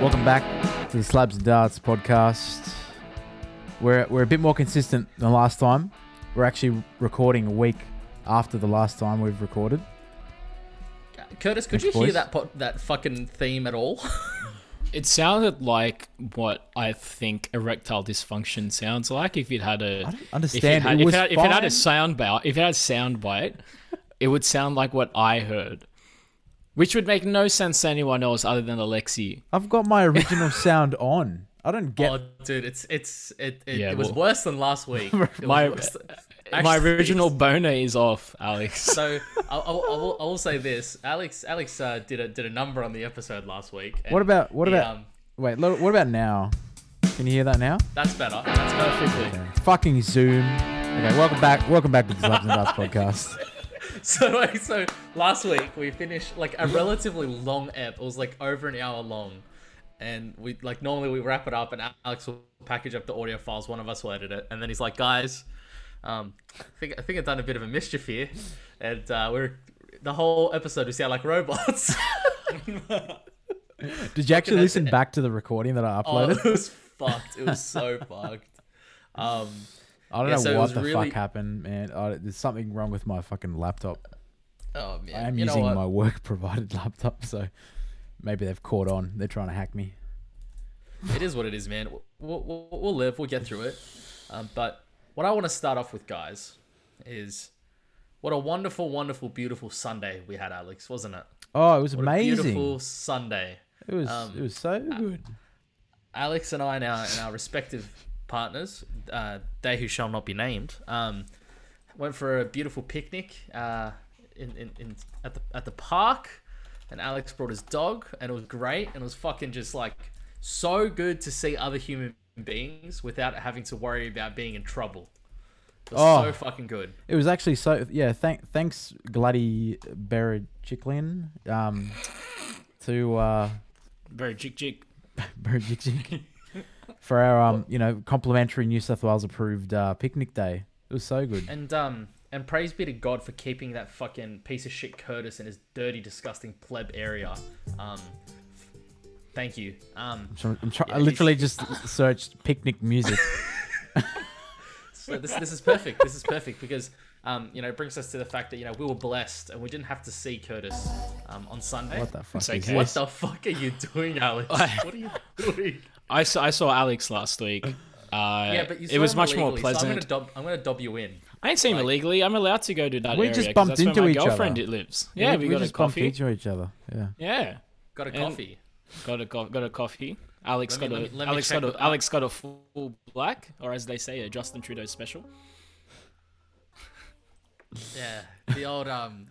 Welcome back to the Slabs and Darts podcast. We're, we're a bit more consistent than last time. We're actually recording a week after the last time we've recorded. Curtis, could Thanks, you hear boys. that pot, that fucking theme at all? It sounded like what I think erectile dysfunction sounds like if it had a. I don't understand. If it had, It if was it had, if it had fine. a sound bite, if it had a sound bite, it would sound like what I heard, which would make no sense to anyone else other than Alexi. I've got my original sound on. I don't get Oh, dude, it's it's it it, Yeah, it was well- worse than last week. It was My- worse than- My Actually, original boner is off, Alex. So I, I, I, will, I will say this: Alex Alex uh, did a did a number on the episode last week. and What about what he, about um, wait? lo- What about now? Can you hear that now? that's better. That's perfectly. Fucking Zoom. Okay, welcome back. Welcome back to the Slabs and Darts podcast. So like, so last week we finished like a relatively long ep. It was like over an hour long, and we like normally we wrap it up and Alex will package up the audio files. One of us will edit it, and then he's like, guys, um, I think I think I've done a bit of a mischief here, and uh, we're the whole episode we sound like robots. Did you actually at listen that. back to the recording that I oh, uploaded? it was fucked. It was so fucked. Um, I don't yeah, know so it what was the really- fuck happened, man. I, there's something wrong with my fucking laptop. oh man, I am you know using what? my work provided laptop, so maybe they've caught on. They're trying to hack me. it is what it is, man. We'll, we'll, we'll live. We'll get through it. Um, but what I want to start off with, guys, is what a wonderful, wonderful, beautiful Sunday we had, Alex, wasn't it? Oh, it was What a amazing. beautiful Sunday. It was um, it was so uh, good. Alex and I and our, and our respective partners, uh, they who shall not be named, um, went for a beautiful picnic uh, in, in, in at the at the park, and Alex brought his dog, and it was great, and it was fucking just like so good to see other human beings without having to worry about being in trouble. It was Oh. so fucking good. It was actually so yeah. Thank thanks Gladdy Berejiklian um, to uh, Very jig jig. Berejiklian for our um you know complimentary New South Wales approved uh, picnic day. It was so good. And um and praise be to God for keeping that fucking piece of shit Curtis in his dirty, disgusting pleb area. Um thank you. Um So I'm try- Yeah, I you- literally just searched picnic music. so this this is perfect. This is perfect because um, you know, it brings us to the fact that, you know, we were blessed and we didn't have to see Curtis um, on Sunday. What the fuck It's is okay. this? What the fuck are you doing, Alex? what are you doing? I saw, I saw Alex last week. Uh, Yeah, but you it was much more So I'm pleasant. gonna dob I'm gonna dob you in. I ain't seen him illegally. I'm allowed to go to that We area. just 'cause bumped that's where into my each other. girlfriend it lives. Yeah, we, we got a just bumped coffee. into each other. Yeah. Yeah. Got a And- coffee. Got a co- got a coffee. Alex Let me- got let a me- let me Alex check got with- a Alex got a full black, or as they say, a Justin Trudeau special. Yeah. The old um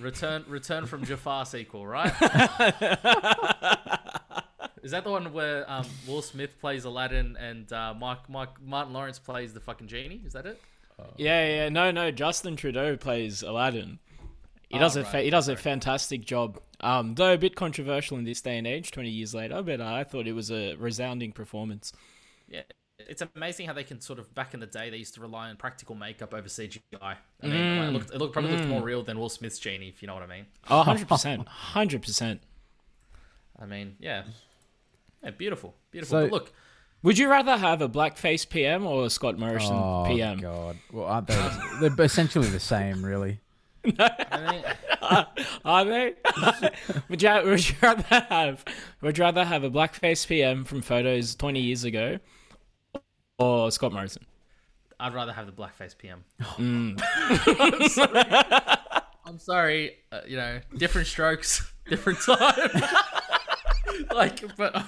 Return Return from Jafar sequel, right? Is that the one where um, Will Smith plays Aladdin and uh, Mike, Mike Martin Lawrence plays the fucking genie? Is that it? Yeah, yeah, no, no. Justin Trudeau plays Aladdin. He does a Ah, right, fa- he does a fantastic job. Um, though a bit controversial in this day and age, twenty years later, but I thought it was a resounding performance. Yeah. It's amazing how they can sort of back in the day they used to rely on practical makeup over CGI. I mean, like, it, looked, it looked probably looked more real than Will Smith's genie, if you know what I mean. Oh, 100 percent, hundred percent. I mean, yeah, yeah beautiful, beautiful. So- but look, Would you rather have a blackface PM or a Scott Morrison Oh PM? god. Well, aren't they? They're essentially the same, really. I mean, Are they? would, you, would you rather have would you rather have a blackface PM from photos twenty years ago, or Scott Morrison? I'd rather have the blackface PM. Mm. I'm sorry. I'm sorry. Uh, you know, different strokes, different time. like, but uh,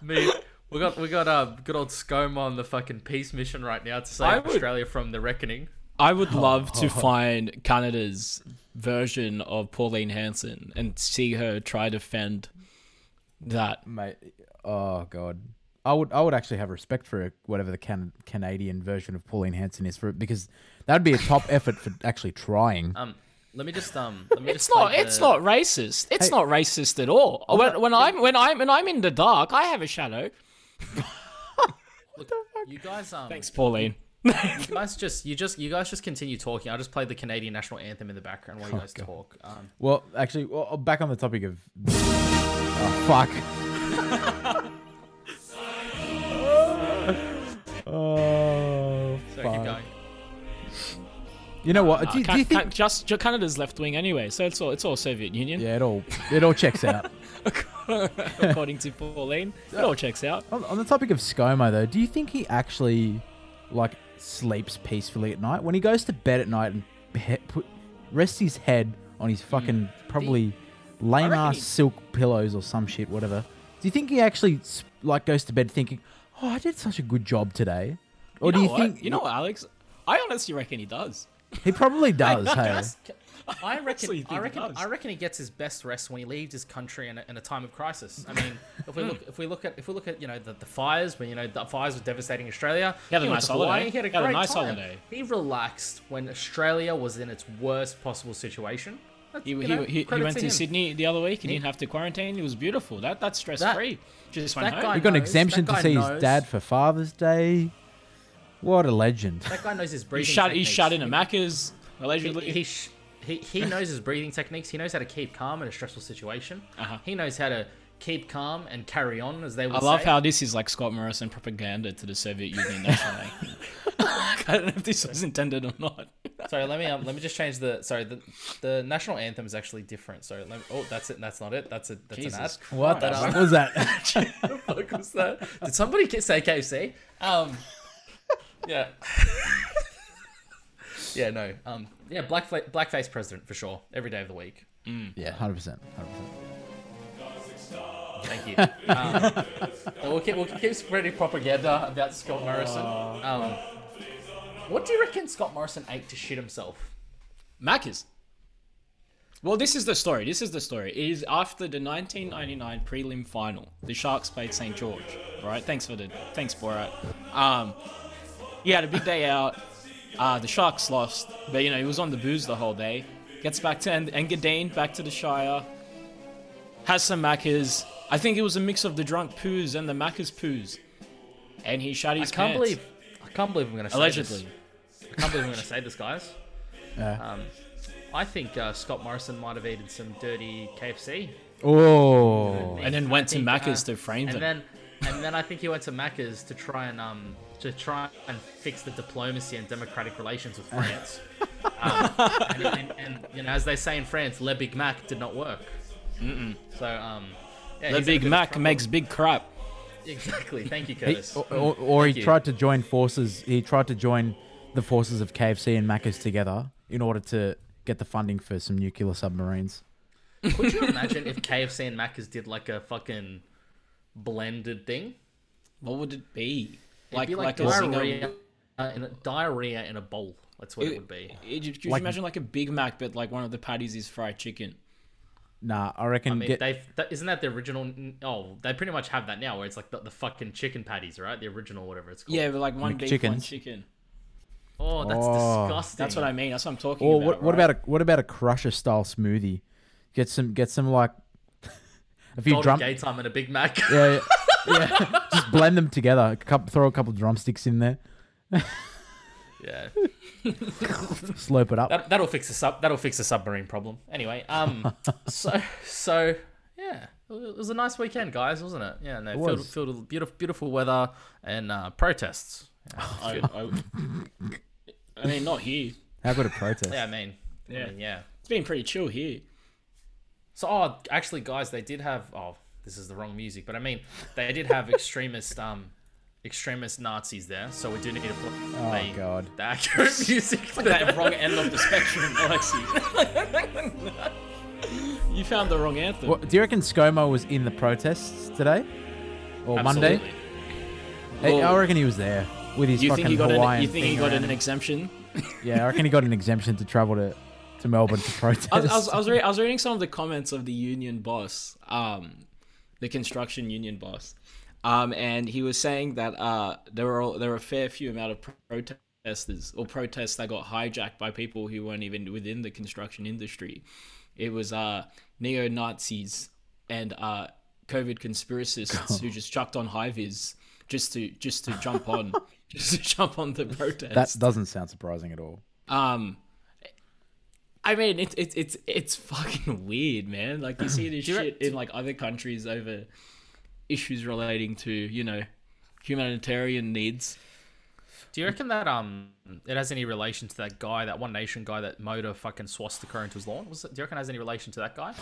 me, we got we got um, good old ScoMo on the fucking peace mission right now to I save would- Australia from the reckoning. I Oh, would love to find Canada's version of Pauline Hanson and see her try to fend that. Mate, oh god. I would I would actually have respect for whatever the can- Canadian version of Pauline Hanson is for it because that'd be a top effort for actually trying. Um, let me just um, let me It's just play not. It's the- not racist. It's not racist at all. When, when I'm when I'm when I'm in the dark, I have a shadow. You guys um, Thanks, Pauline. You guys just you just you guys just continue talking. I just played the Canadian national anthem in the background while you guys talk. Um, Well, actually, well, back on the topic of. oh, fuck. oh, so fuck. keep going. You know what? Nah, do, you- do Ca- you Ca- think? just just Canada's left wing anyway, so it's all it's all Soviet Union. Yeah, it all it all checks out. according to Pauline, it all checks out. on, on the topic of ScoMo though, do you think he actually like sleeps peacefully at night when he goes to bed at night and he- put rests his head on his fucking probably lame reckon ass he- silk pillows or some shit, whatever? Do you think he actually s- like goes to bed thinking, "Oh, I did such a good job today," or you know do you what? think you know what, Alex? I honestly reckon he does. he probably does? hey, Guys, ca- I honestly reckon. I think reckon. it does. I reckon he gets his best rest when he leaves his country in a, in a time of crisis. I mean, if we look, if we look at, if we look at, you know, the, the fires when you know the fires were devastating Australia. He had a went nice to Hawaii, holiday. He had a, He had a great nice time. holiday. He relaxed when Australia was in its worst possible situation. That's, He, you he, know, he, he credit went to him. Sydney the other week and he didn't have to quarantine. It was beautiful. That that's stress free. Just went that home. he guy- got an knows, exemption that to guy see his knows. dad for Father's Day. What a legend! That guy knows his He breathing. shut he shut techniques. in a Macca's allegedly. He, he, sh- he, he knows his breathing techniques. He knows how to keep calm in a stressful situation. Uh-huh. He knows how to keep calm and carry on, as they would I love say. how this is like Scott Morrison propaganda to the Soviet Union nationally. I don't know if this was intended or not. Sorry, let me um, let me just change the. Sorry, the the national anthem is actually different. Sorry, let me, oh, that's it. That's not it. That's it. That's an ad. Jesus What the fuck was that? the fuck was that? Did somebody get, say KFC? Um, yeah. yeah, no. Um, yeah, black fla- blackface president for sure. Every day of the week. yeah, hundred percent, hundred percent. Thank you. Um, we'll, keep, we'll keep spreading propaganda about Scott Morrison. Um, what do you reckon Scott Morrison ate to shit himself? Macca's. Well, this is the story. This is the story. It is after the 1999 prelim final. The Sharks played St. George. Right? Thanks for the thanks, Borat. Um, he had a big day out. Uh, the Sharks lost, but you know he was on the booze the whole day. Gets back to En- Engadine, back to the Shire. Has some Macca's. I think it was a mix of the drunk poos and the Macca's poos. And he shot I his can't pants. believe. I can't believe I'm gonna say allegedly. This. I can't believe I'm gonna say this, guys. Yeah. Um, I think uh, Scott Morrison might have eaten some dirty KFC, Oh, And then went to think, Macca's uh, to frame them. and then and then I think he went to Macca's to try and um to try and fix the diplomacy and democratic relations with France. um, and, and, and, you know, as they say in France, Le Big Mac did not work. Mm-mm. So um, yeah, he's the had a Big bit of Mac trouble. makes big crap. exactly. Thank you, He- Curtis. or, or, or he Thank you. tried to join forces. He tried to join the forces of KFC and Macca's together in order to get the funding for some nuclear submarines. Could you imagine if KFC and Macca's did like a fucking blended thing? What would it be? It'd Like, be like, like, a diarrhea, Zingo. uh, in a, diarrhea in a bowl. That's what it, would be. It, could you Like- imagine like a Big Mac, but like one of the patties is fried chicken? Nah, I reckon. I mean, get, they've that, isn't that the original? Oh, they pretty much have that now, where it's like the, the fucking chicken patties, right? The original, whatever it's called. Yeah, but like one beef, one McChickens. chicken. Oh, that's Oh. disgusting. That's what I mean. That's what I'm talking or about. what, what right? about a what about a crusher style smoothie? Get some get some like a few Golden drum. Gay time and a Big Mac. Yeah, yeah, yeah. Just blend them together. A coup throw a couple drumsticks in there. yeah, Slurp it up. that, that'll fix a sub. That'll fix a submarine problem. Anyway, um, so so yeah, it was a nice weekend, guys, wasn't it? Yeah, no, filled, was. filled with beautiful beautiful weather and uh, protests. I, I, I mean, not here. How good a protest? Yeah, I mean, yeah, Yeah. I mean, yeah. It's been pretty chill here. So, oh, actually, guys, they did have. Oh, this is the wrong music, but I mean, they did have extremist, um, extremist Nazis there. So we do need to play Oh god. the accurate music. That wrong end of the spectrum, Alexi. you found the wrong anthem. What, do you reckon ScoMo was in the protests today or Monday? Absolutely. Hey, I Well- reckon he was there with his You fucking think he got Hawaiian an, you think thing he got around an him. exemption? Yeah, I reckon he got an exemption to travel to, to Melbourne to protest. I was, I was, I was, re- I was reading some of the comments of the union boss, um, the construction union boss, um, and he was saying that uh, there were all, there were a fair few amount of protesters or protests that got hijacked by people who weren't even within the construction industry. It was uh, neo Nazis and uh, COVID conspiracists who just chucked on high vis just to just to jump on just to jump on the protest. That doesn't sound surprising at all. Um, I mean, it's it's it's it's fucking weird, man. Like you see this shit in like other countries over issues relating to you know humanitarian needs. Do you reckon that um it has any relation to that guy, that One Nation guy that mowed a fucking swastika into his lawn? Was it, do you reckon it has any relation to that guy?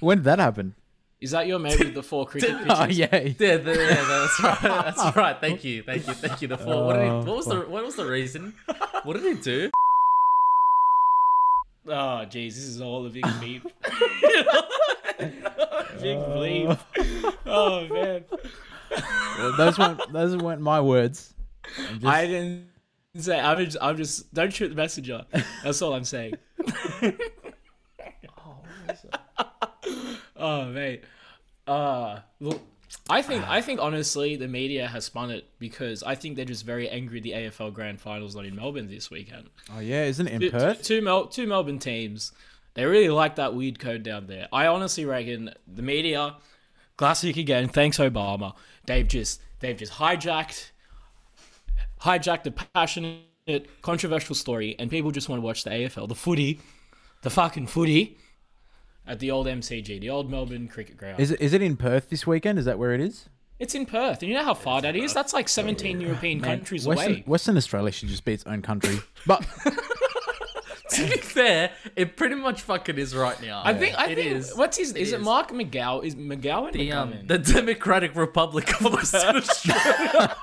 When did that happen? Is that your maybe the four cricket pitches? Oh yeah. Yeah, the, yeah, that's right. That's right. Thank you, thank you, thank you. The four. What, did he, what was the what was the reason? What did he do? Oh jeez, this is all a big beep. big bleep. Oh man, Those weren't those weren't my words. I didn't say. I'm just, I'm just. Don't shoot the messenger. That's all I'm saying. oh mate, uh, look. I think I think honestly the media has spun it because I think they're just very angry the AFL Grand Final's not in Melbourne this weekend. Oh yeah, isn't it in Two- Perth? Two, Mel- two Melbourne teams. They really like that weird code down there. I honestly reckon the media, classic again. Thanks Obama. They've just they've just hijacked, hijacked a passionate, controversial story, and people just want to watch the AFL, the footy, the fucking footy, at the old MCG, the old Melbourne Cricket Ground. Is it is it in Perth this weekend? Is that where it is? it's in Perth, and you know how far that is. That's like 17 European countries Western, away. Western Australia should just be its own country. But to be fair, it pretty much fucking is right now. I think I it think is. what's his is, it is. Mark McGow is McGowan the, um, McGowan? the Democratic Republic of Western Australia.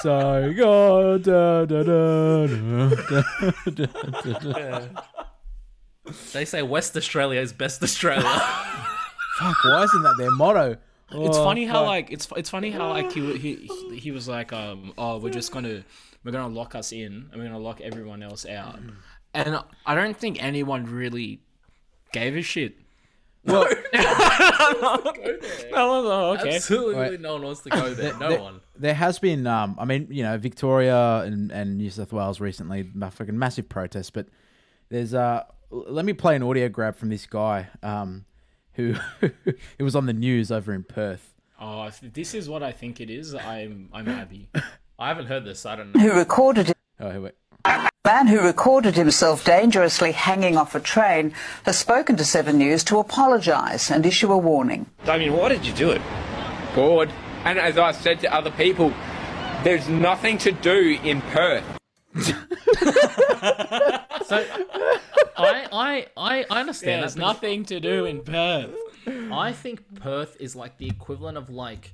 so go da, da, da, da. They say West Australia is best Australia. Fuck, why isn't that their motto? It's Oh, funny how fuck. like it's it's funny how like he he he- he was like um oh we're just gonna we're gonna lock us in and we're gonna lock everyone else out, and I don't think anyone really gave a shit. well, No, no, okay. Absolutely Right. no one wants to go there. No there, one. There has been, um, I mean, you know, Victoria and, and New South Wales recently, ma- fucking massive protests. But there's, uh, l- let me play an audio grab from this guy, um, who it was on the news over in Perth. Oh, if this is what I think it is. I'm I'm happy. I haven't heard this. I don't know. who recorded Oh, here, wait. man who recorded himself dangerously hanging off a train has spoken to Seven News to apologise and issue a warning. Damien, why did you do it? Bored. And as I said to other people, there's nothing to do in Perth. So I I I, I understand There's that. nothing to do in Perth. I think Perth is like the equivalent of like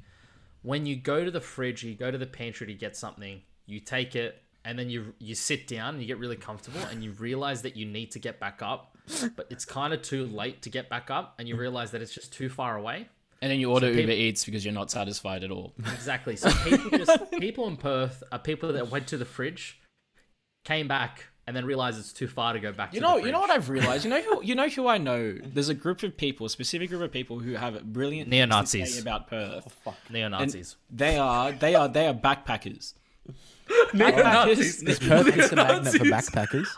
when you go to the fridge, you go to the pantry to get something, you take it, and then you you sit down and you get really comfortable, and you realize that you need to get back up, but it's kind of too late to get back up, and you realize that it's just too far away. And then you order people- Uber Eats because you're not satisfied at all. Exactly. So people just people in Perth are people that went to the fridge, came back, and then realized it's too far to go back. You to know, the you know what fridge. I've realized. You know who, you know who I know. There's a group of people, a specific group of people who have brilliant things to Neo-Nazis. say about Perth. neo Nazis. They are, they are, they are backpackers. Backpackers, Is Perth just a magnet for backpackers?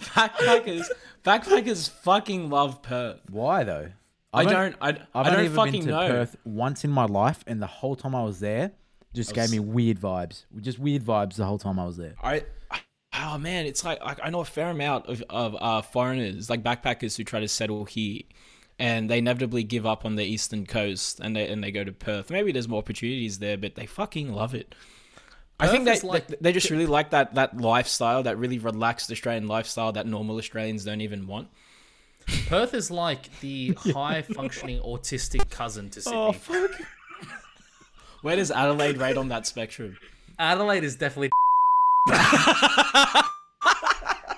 backpackers, backpackers fucking love Perth. Why though? I I've- don't, I, I've I only don't ever fucking been to know. Perth once in my life, and the whole time I was there, just gave me weird vibes. Just weird vibes the whole time I was there. I, oh man, it's like I, I know a fair amount of of uh, foreigners, like backpackers, who try to settle here, and they inevitably give up on the eastern coast and they and they go to Perth. Maybe there's more opportunities there, but they fucking love it. I think Perth they, is like- they they just really like that that lifestyle, that really relaxed Australian lifestyle that normal Australians don't even want. Perth is like the high functioning autistic cousin to Sydney. Oh, Where does Adelaide rate on that spectrum? Adelaide is definitely.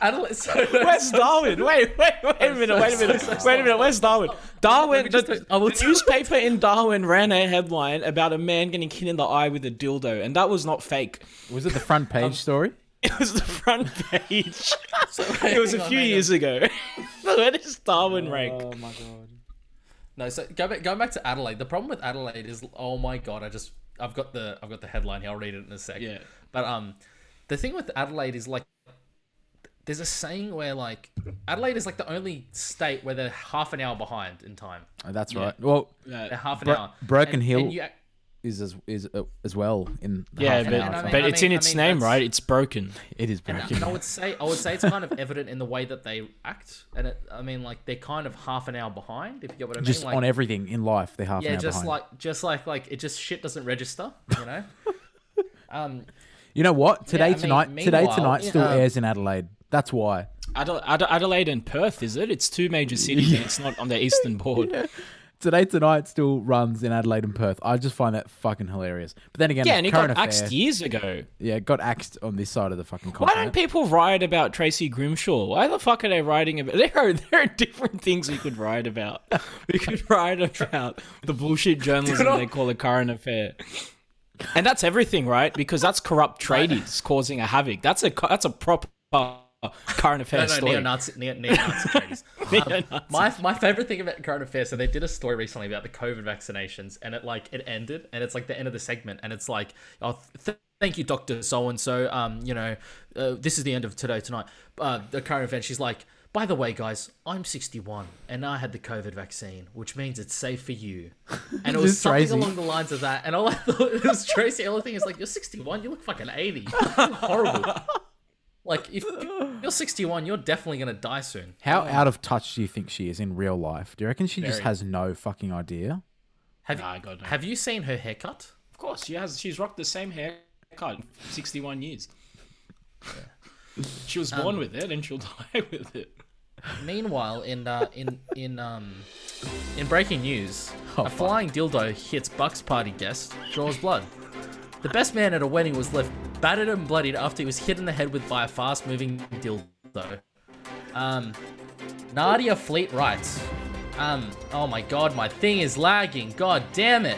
Adelaide. So, Where's Darwin? Wait, wait, wait a minute, wait a minute, wait a minute. Where's Darwin? Darwin. The, just- I will- the newspaper in Darwin ran a headline about a man getting hit in the eye with a dildo, and that was not fake. Was it the front page story? It was the front page. it was a hang on, Oh few hang years ago. Where does Darwin rank? no, so go back. Go back to Adelaide. The problem with Adelaide is, oh my god, I just, I've got the, I've got the headline here. I'll read it in a sec. Yeah. But um, the thing with Adelaide is like, there's a saying where like, Adelaide is like the only state where they're half an hour behind in time. Oh, that's right. Well, They're half an Bro- hour. Broken and, Hill. And you, ac- is as is uh, as well in the Yeah, half an but, hour I mean- thing. but I it's mean- in its I mean, name, that's- right? It's broken. it is And, broken. and I would say I would say it's kind of evident in the way that they act, and it, I mean like they're kind of half an hour behind. If you get what I mean, just like, on everything in life, they're half an yeah, hour just behind. like just like like it just shit doesn't register, you know. um, you know what? Today I mean, tonight, today meanwhile, tonight still yeah. airs in Adelaide. That's why. Adela- Ade- Adelaide and Perth, is it? It's two major cities, and it's not on the eastern board. Yeah, Today tonight still runs in Adelaide and Perth. I just find that fucking hilarious. But then again, and it it's got current affair. axed years ago. Yeah, it got axed on this side of the fucking Why continent. don't people write about Tracy Grimshaw? Why the fuck are they writing about? There are there are different things we could write about. We could write about the bullshit journalism they call a current affair, and that's everything, right? Because that's corrupt tradies causing a havoc. That's a cu- that's a proper current affair no, no, story. neo-Nazi, neo- neo-Nazi parties. Neo-Nazi. My my favorite thing about current affairs, so they did a story recently about the COVID vaccinations, and it like it ended, and it's like the end of the segment, and it's like, oh, th- thank you, Doctor So and So. Um, you know, uh, this is the end of today tonight. Uh, the current event. She's like, by the way, guys, I'm 61, and I had the COVID vaccine, which means it's safe for you. And it was This is something Tracy. along the lines of that, and all I thought it was Tracy. The other thing is like, you're 61, you look fucking 80, horrible. Like if you're 61, you're definitely gonna die soon. How out of touch do you think she is in real life? Do you reckon she just has no fucking idea? Have Nah, you, God, no. have you seen her haircut? Of course, she has. She's rocked the same haircut in sixty-one years. She was born with it, and she'll die with it. Meanwhile, in uh, in in um in breaking news, Oh, a flying dildo hits Buck's party guest, draws blood. The best man at a wedding was left battered and bloodied after he was hit in the head with by a fast-moving dildo. Um, Nadia Fleet writes, um, oh my god, my thing is lagging. God damn it.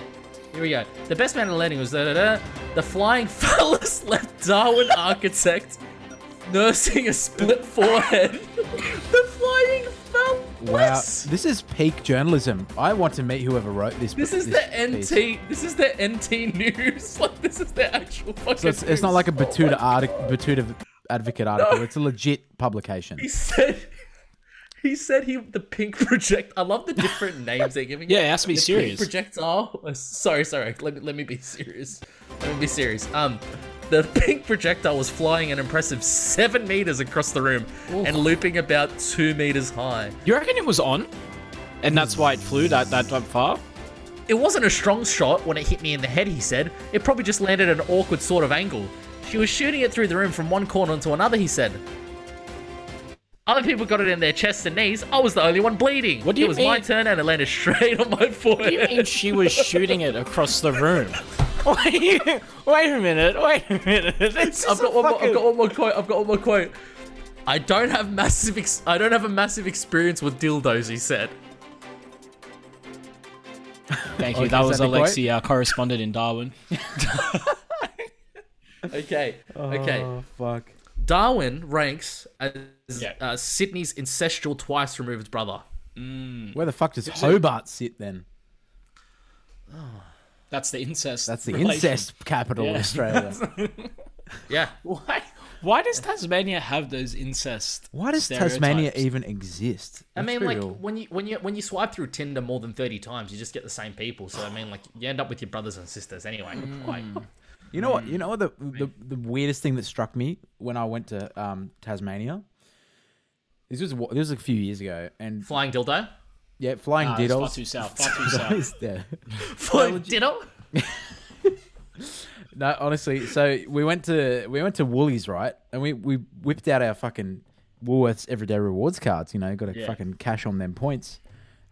Here we go. The best man at a wedding was da da da. The flying phallus left Darwin architect nursing a split forehead. the flying phallus. Wow, this is peak journalism. I want to meet whoever wrote this. This is the NT. piece. This is the NT news. Like this is the actual fucking. So it's, it's not like a news. Batuta article, Batuta Advocate article. It's a legit publication. He said. He said he the pink project. I love the different names they're giving. Yeah, it. it has to be The pink serious. projectile. uh, Sorry, sorry. Let me let me be serious. Let me be serious. Um, the pink projectile was flying an impressive seven meters across the room and looping about two meters high. You reckon it was on, and that's why it flew that that that far? It wasn't a strong shot when it hit me in the head, he said. It probably just landed at an awkward sort of angle. She was shooting it through the room from one corner into another, he said. Other people got it in their chests and knees. I was the only one bleeding. What do you it was mean- my turn and it landed straight on my forehead. You mean she was shooting it across the room? Wait, wait a minute! Wait a minute! This I've is got, a one more, fucking- I've got one more quote. I've got one more quote. I don't have massive. Ex- I don't have a massive experience with dildos. He said. Thank you. Okay, that is was that the quote? Alexi, our correspondent in Darwin. Okay. Okay. Oh fuck. Darwin ranks as Yeah. uh, Sydney's ancestral twice removed brother. Where the fuck does Hobart sit then? That's the incest. That's the relation. incest capital of Yeah. Australia. Yeah. Why? Why does Tasmania have those incest? Why does Tasmania stereotypes? even exist? I Let's mean, be like real. when you when you when you swipe through Tinder more than thirty times, you just get the same people. So I mean, like you end up with your brothers and sisters anyway. Hmm. Like, You know what? You know what the, the the weirdest thing that struck me when I went to um, Tasmania. This was wa- this was a few years ago, and flying dildo, yeah, flying Nah, Uh, it's far too diddles. south. Far too south. Yeah. flying dildo. No, honestly. So we went to we went to Woolies, right? And we we whipped out our fucking Woolworths Everyday Rewards cards. You know, got to fucking cash on them points.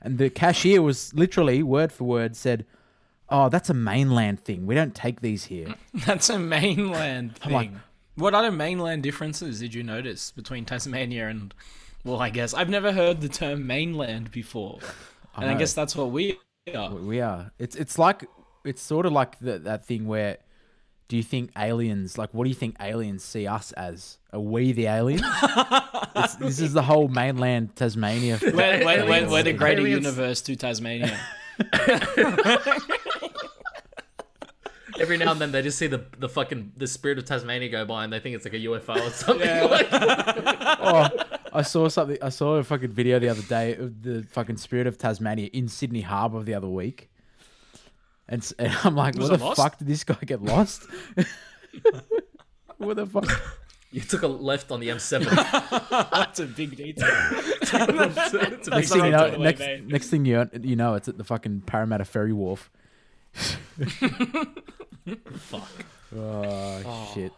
And the cashier was literally word for word said, "Oh, that's a mainland thing. We don't take these here." That's a mainland thing. like- what other mainland differences did you notice between Tasmania and? Well, I guess I've never heard the term mainland before, and I know. guess that's what we are. We are. It's it's like it's sort of like the, that thing where do you think aliens like what do you think aliens see us as? Are we the aliens? It's- this is the whole mainland Tasmania. We're, we're, we're, we're the greater Aliens. universe to Tasmania. Every now and then they just see the the fucking the spirit of Tasmania go by and they think it's like a UFO or something. Like, Oh, I saw something. I saw a fucking video the other day of the fucking spirit of Tasmania in Sydney Harbour the other week, And, s- and I'm like, Was where it the lost? fuck did this guy get lost? where the fuck? You took a left on the M7. That's a big detail. It's a big Next thing you know, Totally, next, mate. next thing you you know, it's at the fucking Parramatta Ferry Wharf. fuck. Oh, shit.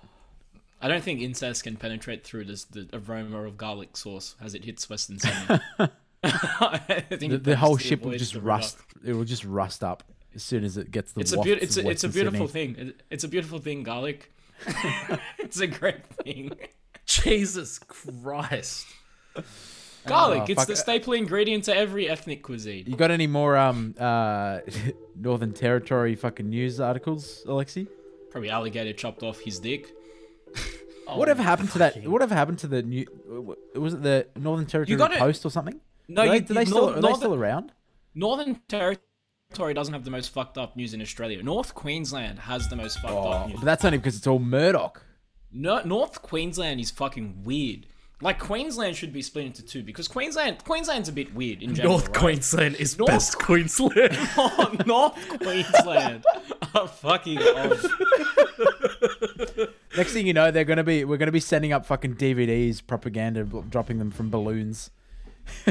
I don't think incest can penetrate through this, the aroma of garlic sauce as it hits Western Sydney. I think The, it the whole purposely ship will avoids just the river. rust. It will just rust up as soon as it gets the. It's a, waft beaut it's, of a, it's a Western beautiful Sydney. thing. It- It's a beautiful thing, garlic. it's a great thing. Jesus Christ. Garlic, Oh, it's fuck. the staple ingredient to every ethnic cuisine. You got any more um uh Northern Territory fucking news articles, Alexi? Probably alligator chopped off his dick. Oh, Whatever happened to that? Whatever happened to the new? Was it the Northern Territory gotta- Post or something? No, are they, you- do they you- still, Nor- are they Northern- still around? Northern Territory doesn't have the most fucked up news in Australia. North Queensland has the most fucked up Oh, news. but that's only because it's all Murdoch. No, North Queensland is fucking weird. Like Queensland should be split into two because Queensland Queensland's a bit weird in general. North Queensland is North- best Queensland. Queensland, North Queensland, are fucking odd. Next thing you know, they're gonna be we're gonna be sending up fucking DVDs, propaganda, bl- dropping them from balloons.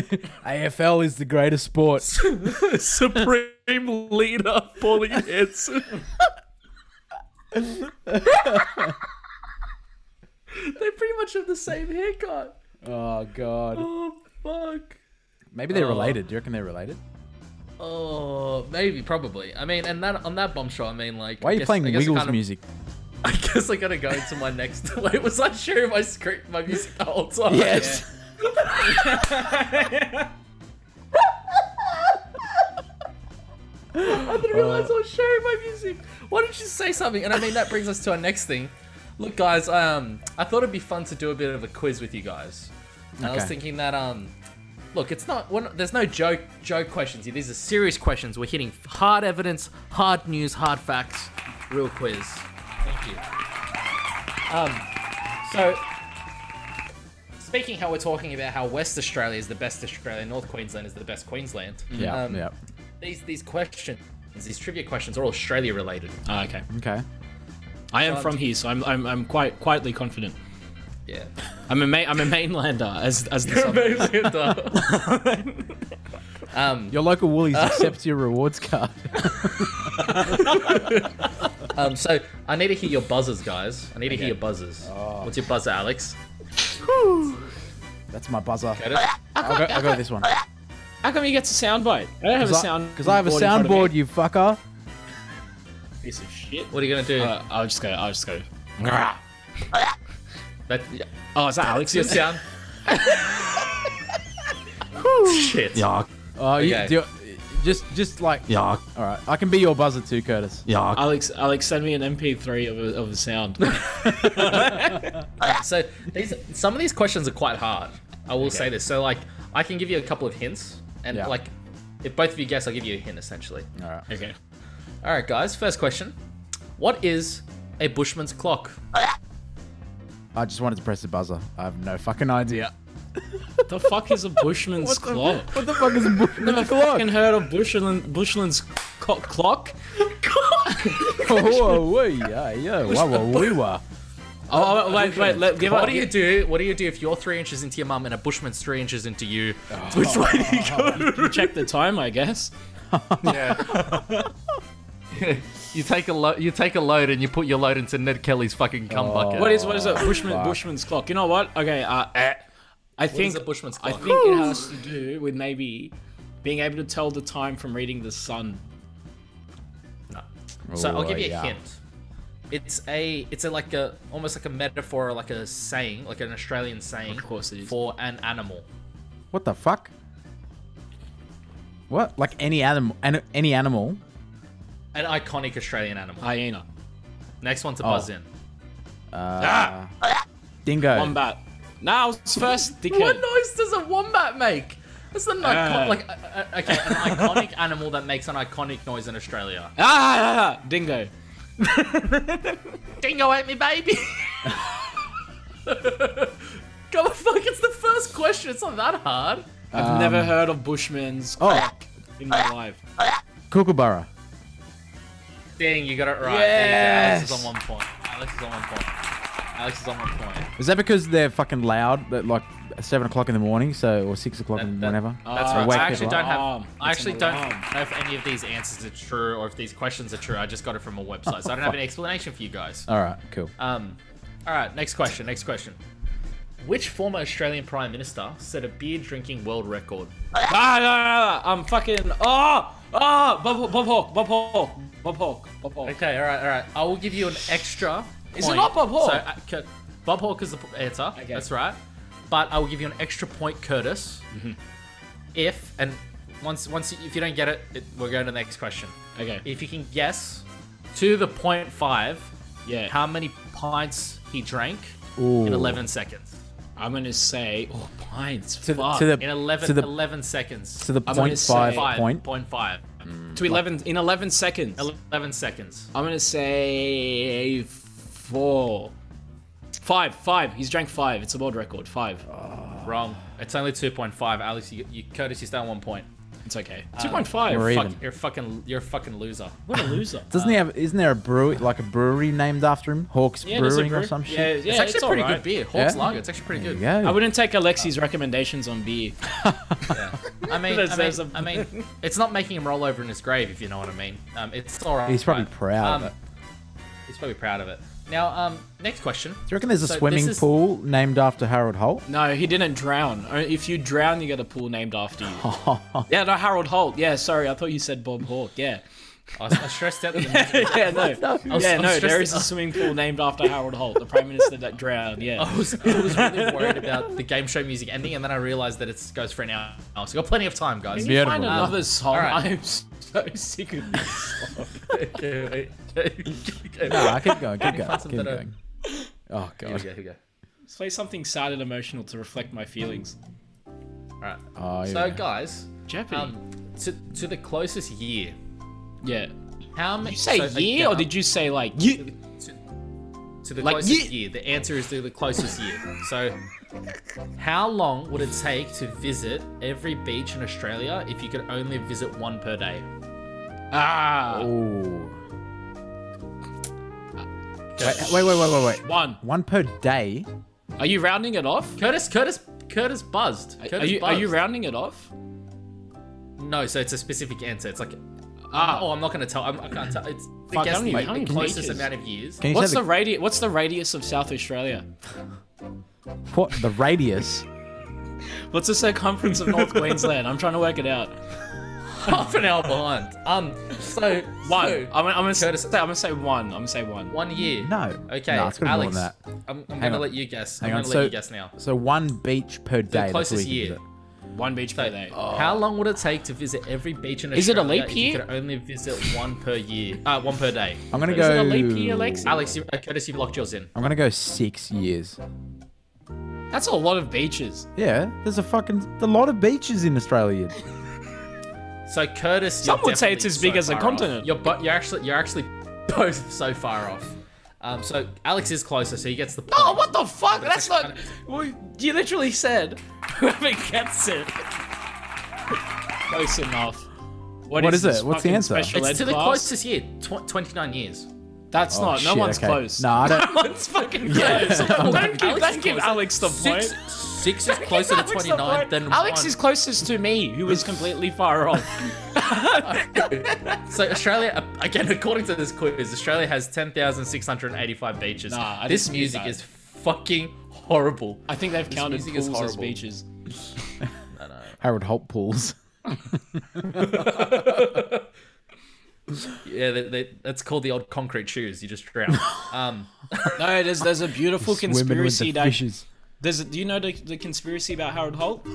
AFL is the greatest sport. Supreme leader Pauline Hanson. they pretty much have the same haircut. Oh god, Oh fuck. maybe they're related. Do you reckon they're related? Oh, maybe, probably. I mean, and that on that bombshell, I mean, like. Why are I you guess- playing I guess I Wiggles kinda- music? I guess I gotta go to my next. Wait, was I sharing my script, my music the whole time? Yes. I didn't realize Uh, I was sharing my music. Why don't you say something? And I mean, that brings us to our next thing. Look, guys, um, I thought it'd be fun to do a bit of a quiz with you guys. And I was Okay. thinking that, um, look, it's not. We're not there's no joke joke questions here. These are serious questions. We're hitting hard evidence, hard news, hard facts, real quiz. Thank you. Um, so speaking how we're talking about how West Australia is the best Australia, North Queensland is the best Queensland. Yeah, Um, yeah. These these questions, these trivia questions, are all Australia related. Ah, okay, Okay. I am from here, so I'm I'm, I'm quite quietly confident. Yeah. I'm a ma- I'm a mainlander as as the southern- Your local Woolies Uh. accepts your rewards card. um, so I need to hear your buzzers, guys. I need to hear your buzzers. What's your buzzer, Alex? That's my buzzer. Get it? I'll go, I'll go with this one. How come he gets a soundbite? I don't have a sound Because I have a board in front soundboard, of me. you fucker. piece of shit. What are you gonna do? Uh, I'll just go. I'll just go. that, Oh, is that Alex? your sound. Shit. Yuck, Oh, you, Okay. do you- just, just like. yuck, All right, I can be your buzzer too, Curtis. yuck. Alex, Alex, send me an MP3 of a, of a sound. So these some of these questions are quite hard. I will say this. So like I can give you a couple of hints, and Yeah. like if both of you guess, I'll give you a hint essentially. All right. okay. All right, guys. First question: What is a bushman's clock? I just wanted to press the buzzer. I have no fucking idea. The fuck is a bushman's clock? What the fuck is a bushman's clock? fucking heard of bushman, bushman's co- clock? Whoa, whoa, yeah, yeah, whoa, whoa, wee, wah. Oh, wait, wait, wait let, give What up. do you do? What do you do if you're three inches into your mum and a bushman's three inches into you? Which way do you go? Check the time, I guess. You take a lo- you take a load and you put your load into Ned Kelly's fucking cum bucket. What is what is a bushman fuck. bushman's clock? You know what? Okay, uh, eh, I think is a bushman's I clock? think it has to do with maybe being able to tell the time from reading the sun. So I'll Oh, give you a yeah. hint. It's a it's a like a almost like a metaphor, like a saying, like an Australian saying. Of course it is. For an animal. What the fuck? What? Like any animal? An- any animal? An iconic Australian animal. Hyena, Next one to buzz in. Dingo. wombat. Nah, I was first. What Dickhead. noise does a wombat make? That's an iconic, Ah. like, uh, uh, okay, an iconic animal that makes an iconic noise in Australia. Ah, ah, ah, ah, dingo. Dingo ate me, baby. Come on, fuck! It's the first question. It's not that hard. I've never heard of bushman's Oh, in my life. kookaburra. Ding, you got it right. Yes. Alex is on one point. Alex is on one point. Alex is on one point. Is that because they're fucking loud at like seven o'clock in the morning, so or six o'clock That- in that- uh, whenever? That's Or right. wake I actually people don't up? have. Alarm. I It's an actually don't alarm. know if any of these answers are true or if these questions are true. I just got it from a website, so I don't have an explanation for you guys. All right, cool. Um, all right, next question. Next question. Which former Australian Prime Minister set a beer drinking world record? Ah, no, no, no, I'm fucking. Oh, oh, Bob, Bob Hawk, Bob Hawk, Bob Hawk, Bob Hawk. Okay, all right, all right. I will give you an extra. Is it point. not Bob Hawke? So, uh, Cur- Bob Hawke is the p- answer. Okay. That's right. But I will give you an extra point, Curtis. Mm-hmm. If and once once you- if you don't get it, it, we're going to the next question. Okay. If you can guess to the point five, Yeah. how many pints he drank in Ooh. eleven seconds? I'm gonna say. Oh, pints. To, the fuck. to the In 11, to the 11 seconds. to the I'm point gonna say five Five, point. point five. to 11 in 11 seconds. Eleven seconds. I'm gonna say four, five, five. He's drank five. It's a world record. Five. Wrong. It's only two point five. Alex, you, you Curtis, you stay on one point. It's okay. Uh, Two point five. Or Fuck, even. you're a fucking you're a fucking loser. What a loser. Doesn't uh, he have? Isn't there a brewery like a brewery named after him? Hawks Yeah, there's a Brewing or brew- some Yeah, shit. yeah, it's actually a pretty good alright. beer. Hawks Yeah. Lager. It's actually pretty good. There you I go. wouldn't take Alexi's recommendations on beer. I mean, I That mean, says I mean, it's not making him roll over in his grave, if you know what I mean. Um, it's all right. He's probably proud Um, of it. He's probably proud of it. Now, um, next question. Do you reckon there's a so this swimming is- pool named after Harold Holt? No, he didn't drown. O- If you drown, you get a pool named after you. yeah, no, Harold Holt. Yeah, sorry, I thought you said Bob Hawke. Yeah. I, was- I stressed out that the music. Yeah, no. yeah, I'm no, there stressed is a swimming pool named after Harold Holt, the Prime Minister that drowned. Yeah. I was, I was really worried about the game show music ending, and then I realized that it goes for an hour. So I've got plenty of time, guys. Beautiful. Find Um, another song. alright. I'm so sick of this. Okay, wait. Okay, No, I keep going, keep going, keep find something to- going. Oh Here we go. Here god. we go. Let's play something sad and emotional to reflect my feelings. All right. Oh, here so, we go. guys, Jeopardy. um, to to the closest year. yeah. How many? Did you say year or did you say like year? to, to the Like, closest yeet. year. The answer is to the closest year. So, how long would it take to visit every beach in Australia if you could only visit one per day? Ah, Ooh. Wait, wait, wait, wait, wait, wait. one. One per day. Are you rounding it off? Curtis, Curtis, Curtis buzzed. Curtis Are you are buzzed. you rounding it off? No, so it's a specific answer. It's like, Ah, oh, I'm not gonna tell. I'm, I can't tell. It's the Fuck, guess how many- the, how the many closest beaches? amount of years. Can you what's say the the, radius? What's the radius of South Australia? what, the radius? What's the circumference of North Queensland? I'm trying to work it out. Half an hour behind. Um, so One. so- I'm, gonna- I'm gonna say, Curtis- I'm gonna say one. I'm gonna say one. One year. No. Okay, No, it's gotta be more Alex. than I'm, I'm Hang gonna on. let you guess. Hang I'm on. gonna so, let you guess now. so one beach per day. that's what closest we can year. do. One beach per day. How long would it take to visit every beach in Australia? Oh. Is it a leap if year? You could only visit one per year. Uh, one per day. I'm gonna Is it go. a leap year, Alex? Alex, you, uh, Curtis, you've locked yours in. I'm gonna go six years. That's a lot of beaches. Yeah, there's a fucking a lot of beaches in Australia. So Curtis, Some you're would say it's definitely as big so as a far continent. Off. You're, bo- you're actually, you're actually both so far off. Um, so Alex is closer, so he gets the point. Oh, what the fuck? That's not. Well, you literally said whoever gets it. Close enough. What is this it? What's the fucking answer? special It's to ed the class? closest year, tw- 29 years. That's Oh, not. shit, no one's okay. close. No, I don't. No one's fucking close. don't Alex give, don't is give closer. Alex the point. Six, six is closer to Alex the 29 point. than Alex one. is closest to me, who is completely far off. So Australia, uh, again, according to this quiz, Australia has ten thousand six hundred eighty-five beaches. Nah, I this dispute music that. is fucking horrible. I think they've counted music is pools as horrible. beaches. Harold Holt pools. Yeah, they, they, that's called the old concrete shoes. You just drown. um, No, there's there's a beautiful Women with conspiracy the that fishes. There's a, do you know the, the conspiracy about Harold Holt?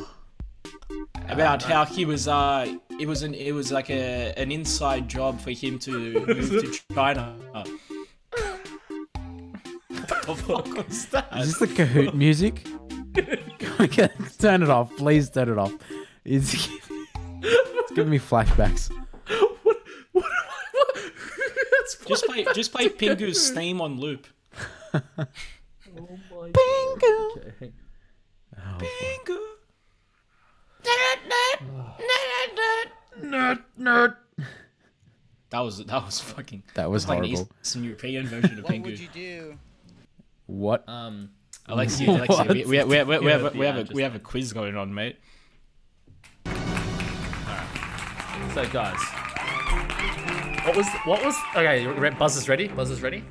About how he was uh it was an it was like a an inside job for him to move to China. what the fuck was that? Is this the Kahoot music? Okay, turn it off, please. Turn it off. It's, it's giving me flashbacks. that's Just play just play Pingu's theme on loop. Bingo. Oh, Pingu. nerd, nerd. That was that was fucking. That was it's like an horrible. East- some European version of What would Pingu. you do? What? Um, Alexia, Alexia, we, we, we, we, we have a, we have Yeah, a, we have a quiz going on, mate. so guys, what was what was okay? re- Buzzer's ready. Buzzer's ready.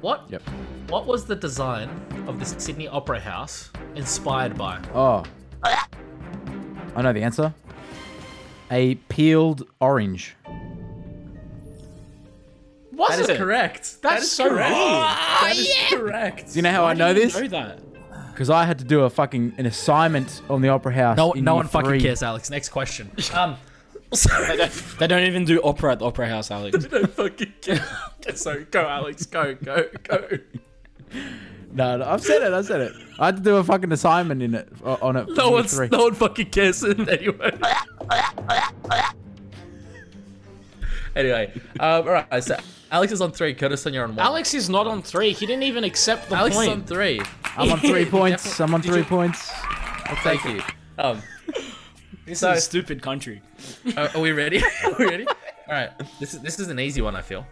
What? Yep. What was the design of the Sydney Opera House inspired by? Oh. I know the answer. A peeled orange. Was That is correct. That That's is so correct. wrong. That is correct. You know how I know this? Know that. Because I had to do a fucking an assignment on the Opera House. No, in no year one fucking three. cares, Alex. Next question. Um, sorry, They, they don't even do opera at the opera house, Alex. no fucking care. So go, Alex. Go, go, go. No, no, I've said it. I said it. I had to do a fucking assignment in it o- on it. No year one's, three. no one fucking cares anyway. anyway, um, all right. So Alex is on three. Curtis, and you're on one. Alex is not on three. He didn't even accept the Alex is point. on three. I'm on three points. Definitely- I'm on Did three you- points. Thank you. Um, This So- is a stupid country. Are, are we ready? Are we ready? All right. This is this is an easy one. I feel.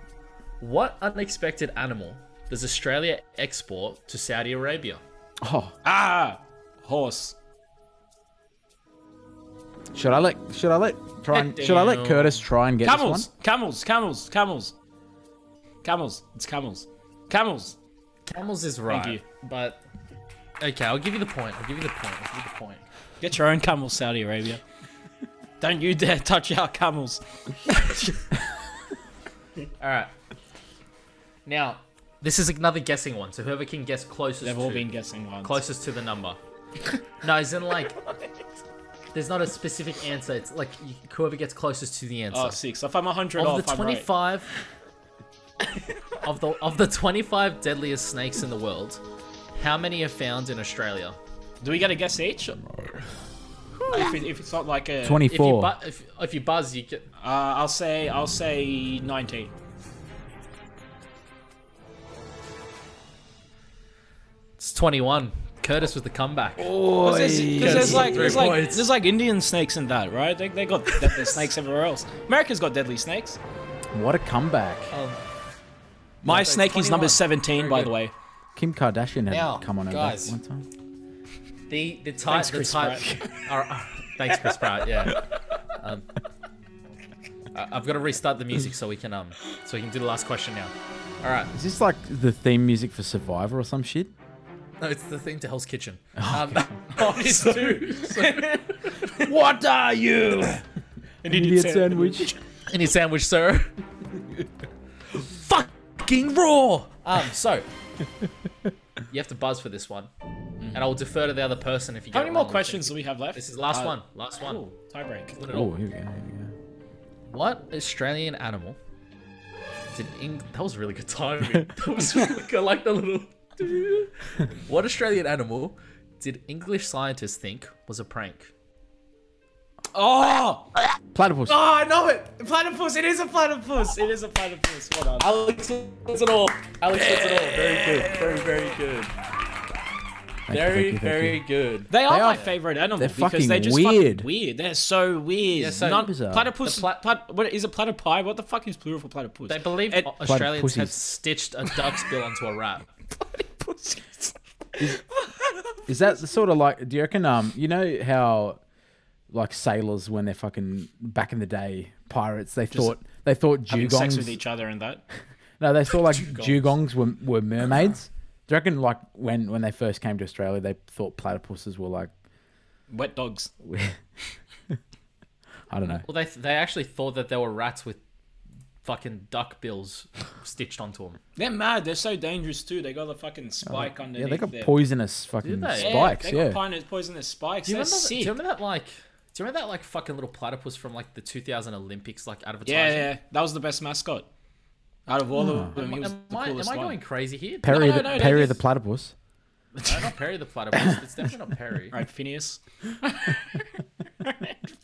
What unexpected animal does Australia export to Saudi Arabia? Oh, Ah, horse. should I let? Should I let? Try and, should I let Goddamn. Curtis try and get Camels, this camels, camels, camels, camels. It's camels, camels. Camels is right. you. But okay, I'll give you the point. I'll give you the point. I'll give you the point. Get your own camels, Saudi Arabia. don't you dare touch our camels. All right. Now, this is another guessing one. So whoever can guess closest They've all to, been guessing once. closest to the number. no, as in like there's not a specific answer. It's like you, whoever gets closest to the answer. Oh, six. If I'm hundred of off, the I'm right. 25 of the of the 25 deadliest snakes in the world, how many are found in Australia? Do we get a guess each? if, it, if it's not like a one? Twenty If you, four. bu- if, if you buzz, you get uh, I'll say I'll say nineteen. it's 21. Curtis with the comeback. Oh, Because there's, 'cause there's Yes. like Three there's like points. there's like Indian snakes and that, right? They they got deadly snakes everywhere else. America's got deadly snakes. What a comeback! My so snake is number 21. seventeen, by good. the way. Kim Kardashian had Now, come on over guys. one time. The the type the Chris type are, are- thanks Chris Pratt yeah. Um, I- I've got to restart the music so we can um so we can do the last question now. All right, Is this like the theme music for Survivor or some shit? no, it's the theme to Hell's Kitchen. Um, oh, it's two. What are you? An Idiot sandwich. Any sandwich, sir. Fucking raw. Um, so you have to buzz for this one, and I will defer to the other person if you. Mm-hmm. How get it many more wrong. questions do we have left? This is the last Uh, one. Last one. Ooh, tie break. Win it all. Oh, here we go. Here we go. What Australian animal did Eng- that was really good timing. That was really good. I like the little. what Australian animal did English scientists think was a prank? Oh, oh, Platypus. I know it. Platypus. It is a platypus. It is a platypus. Well done. Alex wins it all. Alex wins it all. Very good. Very very good. Thank you, thank you, thank you. good. They are, They my are- favorite animal they're because fucking they're just weird. fucking weird. They're so weird. Yeah, so None- bizarre. platypus. The plat- plat- what is a platypi? What the fuck is plural for platypus? They believe It- Australians pussies. have stitched a duck's bill onto a rat. platypuses. Is that the sort of like? Do you reckon? Um, you know how, like sailors when they're fucking back in the day pirates, they thought they thought Having sex with dugongs. each other and that. No, they thought like dugongs were Uh-huh. were mermaids. Do you reckon like when when they first came to Australia, they thought platypuses were like Wet dogs. I don't know. Well, they they actually thought that they were rats with fucking duck bills stitched onto them. They're mad. They're so dangerous too. They got the fucking spike Oh, Yeah, underneath. they got their- poisonous fucking Do they? Yeah, spikes. They got Yeah, pine- poisonous spikes. Do you, They're remember, do sick. you remember that like? Do you remember that like fucking little platypus from like the 2000 Olympics like advertising? yeah, yeah, that was the best mascot. Out of all of them, he was Am, the I, am coolest I one. going crazy here? Perry No, no, the no, no, Perry this- the platypus. No, not Perry the platypus. It's definitely not Perry. Right, Phineas.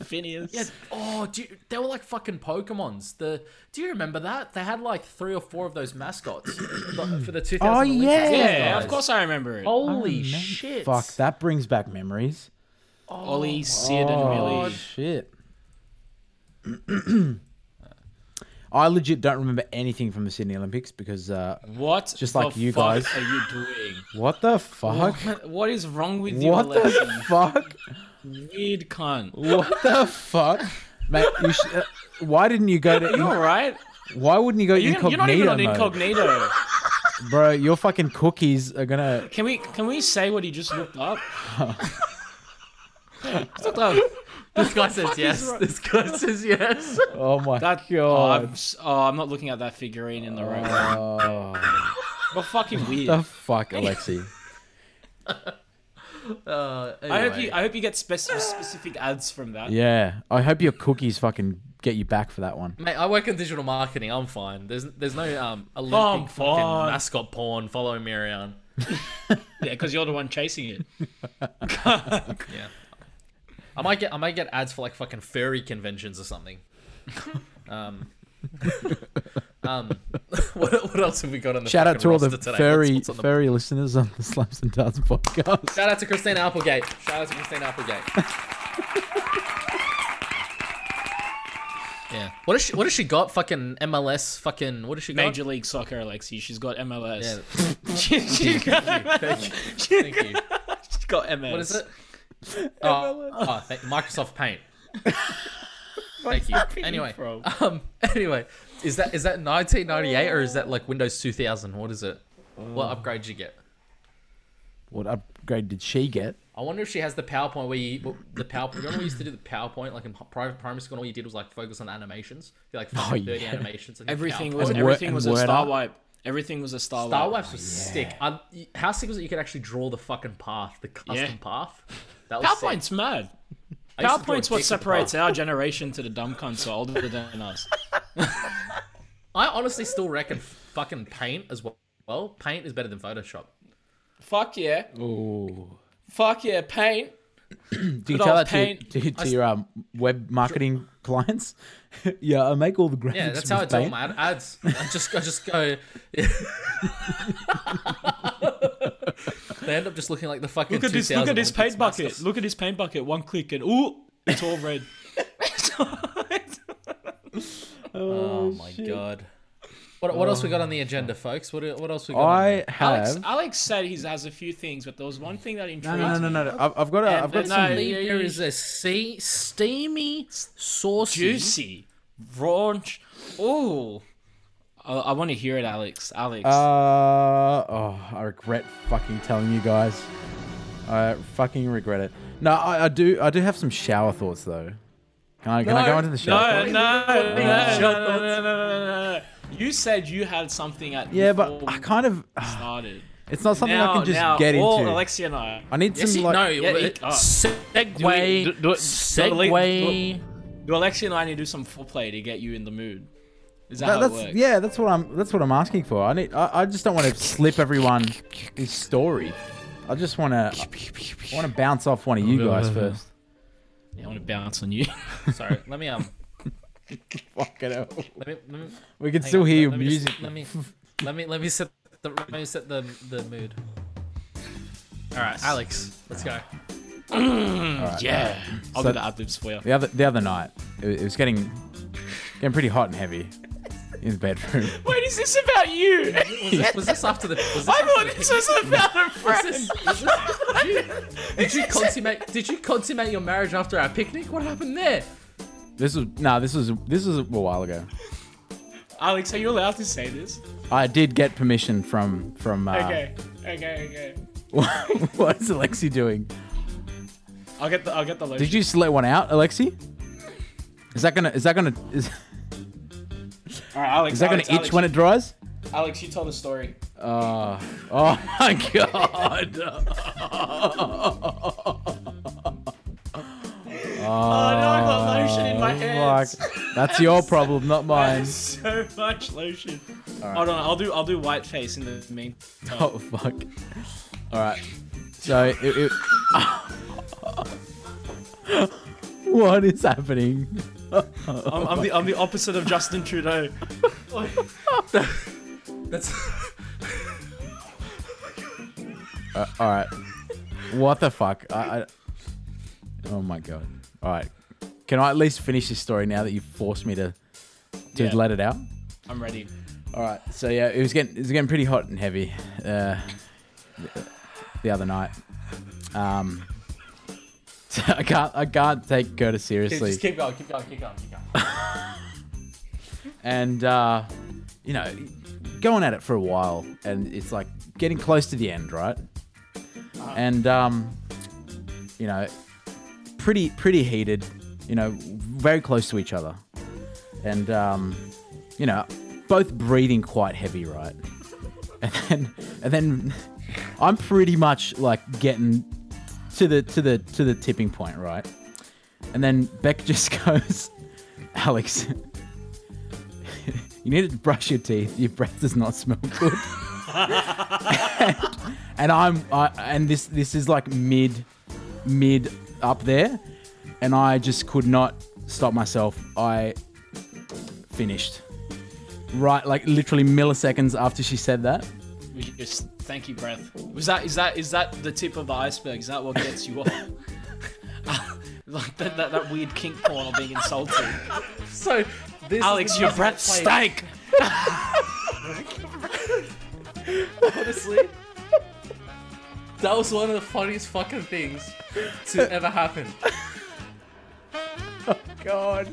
Phineas. Yeah. Oh, do you, they were like fucking Pokemons. The do you remember that they had like three or four of those mascots the- for the 2000 Oh, Olympics? yeah. Yeah, guys. of course I remember it. Holy Remember- shit! Fuck, that brings back memories. Ollie, Sid, and Oh Millie. shit! I legit don't remember anything from the Sydney Olympics because uh, What? Just the like you fuck guys. Are you doing? what the fuck? What, what is wrong with you, What Alexi? the fuck? Weird cunt. What the fuck, mate? You sh- uh, why didn't you go to? You all right? why wouldn't you go You, incognito you're not even on mode? incognito. bro? Your fucking cookies are gonna. Can we can we say what he just looked up? Just looked up. This guy says yes. This guy says yes. Oh my That, oh, I'm, god! s- oh, I'm not looking at that figurine in the right way. Oh, Well, fucking weird. the fuck, Alexi. Uh, I hope anyway. you I hope you get spec- specific ads from that. Yeah, I hope your cookies fucking get you back for that one. Mate, I work in digital marketing. I'm fine. There's there's no um I'm Olympic fucking fine. mascot porn following me around. Yeah, because you're the one chasing it. Yeah. I might get I might get ads for like fucking furry conventions or something. Um, um what, what else have we got on the Shout out fucking to all the roster today? fairy What's- what's on the- fairy listeners on the Slams and Darts podcast. Shout out to Christina Applegate. Shout out to Christina Applegate. yeah. What has she what has she got? Fucking MLS fucking what has she got? Major League Soccer, Alexi. She's got MLS. Yeah. she, she got, Thank you. she's got MS. What is it? Oh, oh, thank- Microsoft Paint. thank you. Anyway, Bro. um, anyway, is that is that 1998 or is that like Windows 2000? What is it? Oh. What upgrade did you get? What upgrade did she get? I wonder if she has the PowerPoint where you the PowerPoint. Remember we used to do the PowerPoint like in pri- private primary school. and All you did was like focus on animations. You like fucking yeah. 30 animations. And Oh, Everything PowerPoint. was oh, And wor- everything and was a word star up. wipe. Everything was a star, Star wipe. Wipes was sick. I, Uh, how sick was it? You could actually draw the fucking path, the custom Yeah. path. That was sick. PowerPoint's mad. I used to draw a PowerPoint's what dick with separates our generation to the dumb cunts who are older than us. I honestly still reckon fucking paint as well. Well, paint is better than Photoshop. Fuck yeah. Fuck yeah. Paint. Do you Good tell old that paint. to, to, to your um, web marketing clients? yeah, I make all the graphics. Yeah, that's how I with do all paint. my ad- ads. I just, I just go. they end up just looking like the fucking. Look at this. Look 2000 at this paint Olympics bucket. mascots. Look at this paint bucket. One click and ooh, it's all red. Oh my god. What, what else we got on the agenda, folks? What what else we got? on I there? have. Alex, Alex said he has a few things, but there was one thing that no, intrigued no, no, me. no, no. I've, I've got. A, I've got but some. no, Believe you- there you- is a sea, steamy, saucy. Juicy, raunch. Ooh, I, I want to hear it, Alex. Alex, Uh, oh, I regret fucking telling you guys. I fucking regret it. No, I, I do. I do have some shower thoughts though. Can I? Can I go into the shower? no, thoughts? no, no, no, no, no, no, no, no. You said you had something at Yeah, but before I kind of. we started. It's not something now, I can just now, get all into. Alexia and I. I need some Yes, you- like. no, it- uh, segway, do we- do- do- segway. Do Alexia and I need to do some foreplay to get you in the mood? Is that, That- how that's it works? yeah. That's what I'm. That's what I'm asking for. I need. I, I just don't want to slip everyone this story. I just want to. I want to bounce off one of you guys first. Yeah, I want to bounce on you. Sorry, let me um, Fuck it up. let me, let me We can hang still on, hear your let me just- music. let me, let me, let me set the, let me set the the mood. All right, Alex, let's go. yeah, I'll So- do the ad libs for you. The other the other night, it, it was getting getting pretty hot and heavy in the bedroom. Wait, is this about you? Was this after the? Was this I after thought the- this was about a Was friend. this, was this, did, you, did you consummate? Did you consummate your marriage after our picnic? What happened there? This was no, this was this was a while ago. Alex, are you allowed to say this? I did get permission from from. Uh, Okay, okay, okay. what is Alexi doing? I'll get the I'll get the lotion. Did you just let one out, Alexi? Is that gonna is that gonna is, All right, Alex. is that gonna Alex, itch Alex, when it dries? Alex, you tell the story. Uh, oh my god! Oh, no, I got lotion in my Like, hands. that's your problem, not mine. so much lotion. Hold on, I'll do I'll do white face in the meantime. Oh fuck! All right. So it. it what is happening? I'm, I'm the I'm the opposite of Justin Trudeau. That's All right. What the fuck? I, I. Oh my god. All right. Can I at least finish this story now that you forced me to to Yeah. let it out. I'm ready. All right. So yeah, it was getting it was getting pretty hot and heavy uh, the- the other night. Um, so I can't I can't take Curtis seriously. Just keep going, keep going, keep going, keep going. and uh, you know, going at it for a while, and it's like getting close to the end, right? And um, you know, pretty pretty heated, you know, very close to each other, and um, you know, both breathing quite heavy, right? And then and then I'm pretty much like getting to the to the to the tipping point, right? And then Beck just goes, Alex, you need to brush your teeth. Your breath does not smell good. and, I'm I, and this this is like mid mid up there, and I just could not stop myself. I finished right like literally milliseconds after she said that. We should just thank you, breath. Was that is that is that the tip of the iceberg? Is that what gets you off? Uh, like that, that, that weird kink porn of being insulted. So, this Alex, your breath stank. stank. Honestly, that was one of the funniest fucking things to ever happen. God.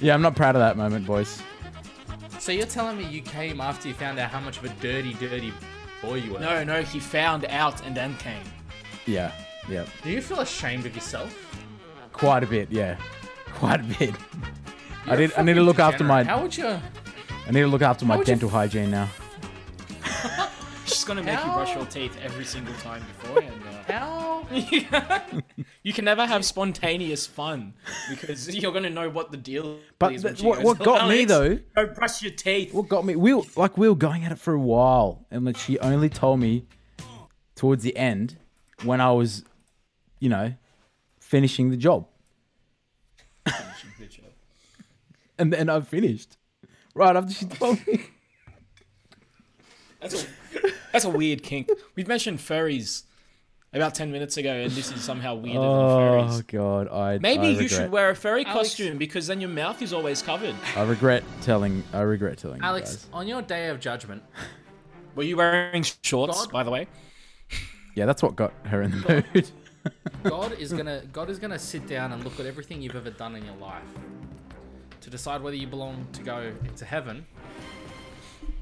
Yeah, I'm not proud of that moment, boys. So you're telling me you came after you found out how much of a dirty, dirty boy you were? No, no, he found out and then came. Yeah, yeah, Do you feel ashamed of yourself? quite a bit. Yeah, quite a bit. I You're did. I need to look fucking after my. degenerate. How would you? I need to look after my would you dental hygiene now. She's gonna make you brush your teeth every single time beforehand. uh, now. How? you can never have spontaneous fun because you're gonna know what the deal But is. th- when she what- goes, what got me, "Alex, though- Go brush your teeth. What got me? We were, like we were going at it for a while, and like she only told me towards the end when I was, you know, finishing the job, and then I finished right after she told me. That's a, that's a weird kink. We've mentioned furries about 10 minutes ago, and this is somehow weirder than Oh furries. God, I Maybe I you should regret- wear a furry Alex- costume because then your mouth is always covered. I regret telling. I regret telling. you Alex, guys. on your day of judgment, Were you wearing shorts, God. by the way? Yeah, that's what got her in the mood. God is gonna God is gonna sit down and look at everything you've ever done in your life to decide whether you belong to go into heaven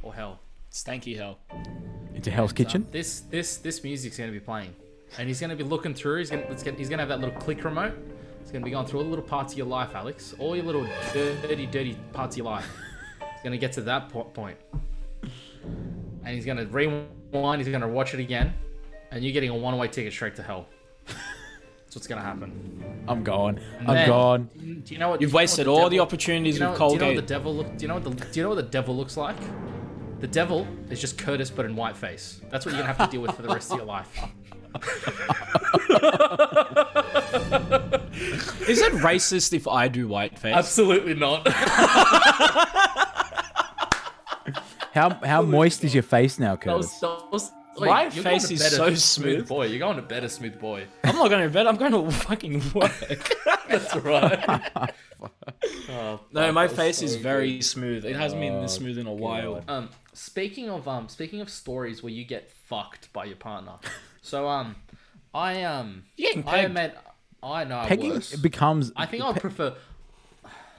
or hell. Stanky hell. Into Hell's Kitchen. This this this music's gonna be playing, and he's gonna be looking through. He's gonna let's get, he's gonna have that little click remote. He's gonna be going through all the little parts of your life, Alex. All your little dirty, dirty parts of your life. He's gonna get to that po- point, and he's gonna rewind. He's gonna watch it again, and you're getting a one-way ticket straight to hell. That's what's gonna happen. I'm gone. I'm then- gone. Do you know what? You've do you know what wasted all the devil- opportunities do you know, with do you Colgate. know what the devil look, do you know what the do you know what the devil looks like? The devil is just Curtis but in whiteface. That's what you're gonna have to deal with for the rest of your life. Is it racist if I do whiteface? Absolutely not. that How how moist is your face now, Curtis? was, that was, My you're going face to is bed a so smooth, smooth. boy. You're going to bed a smooth boy. I'm not going to bed. I'm going to fucking work. That's right. no, my face is very smooth. It hasn't been Oh, this smooth in a while. um, speaking of um, speaking of stories where you get fucked by your partner. So um, I um, You're getting I pegged. met. I know. Pegging worse. becomes. I think I would prefer.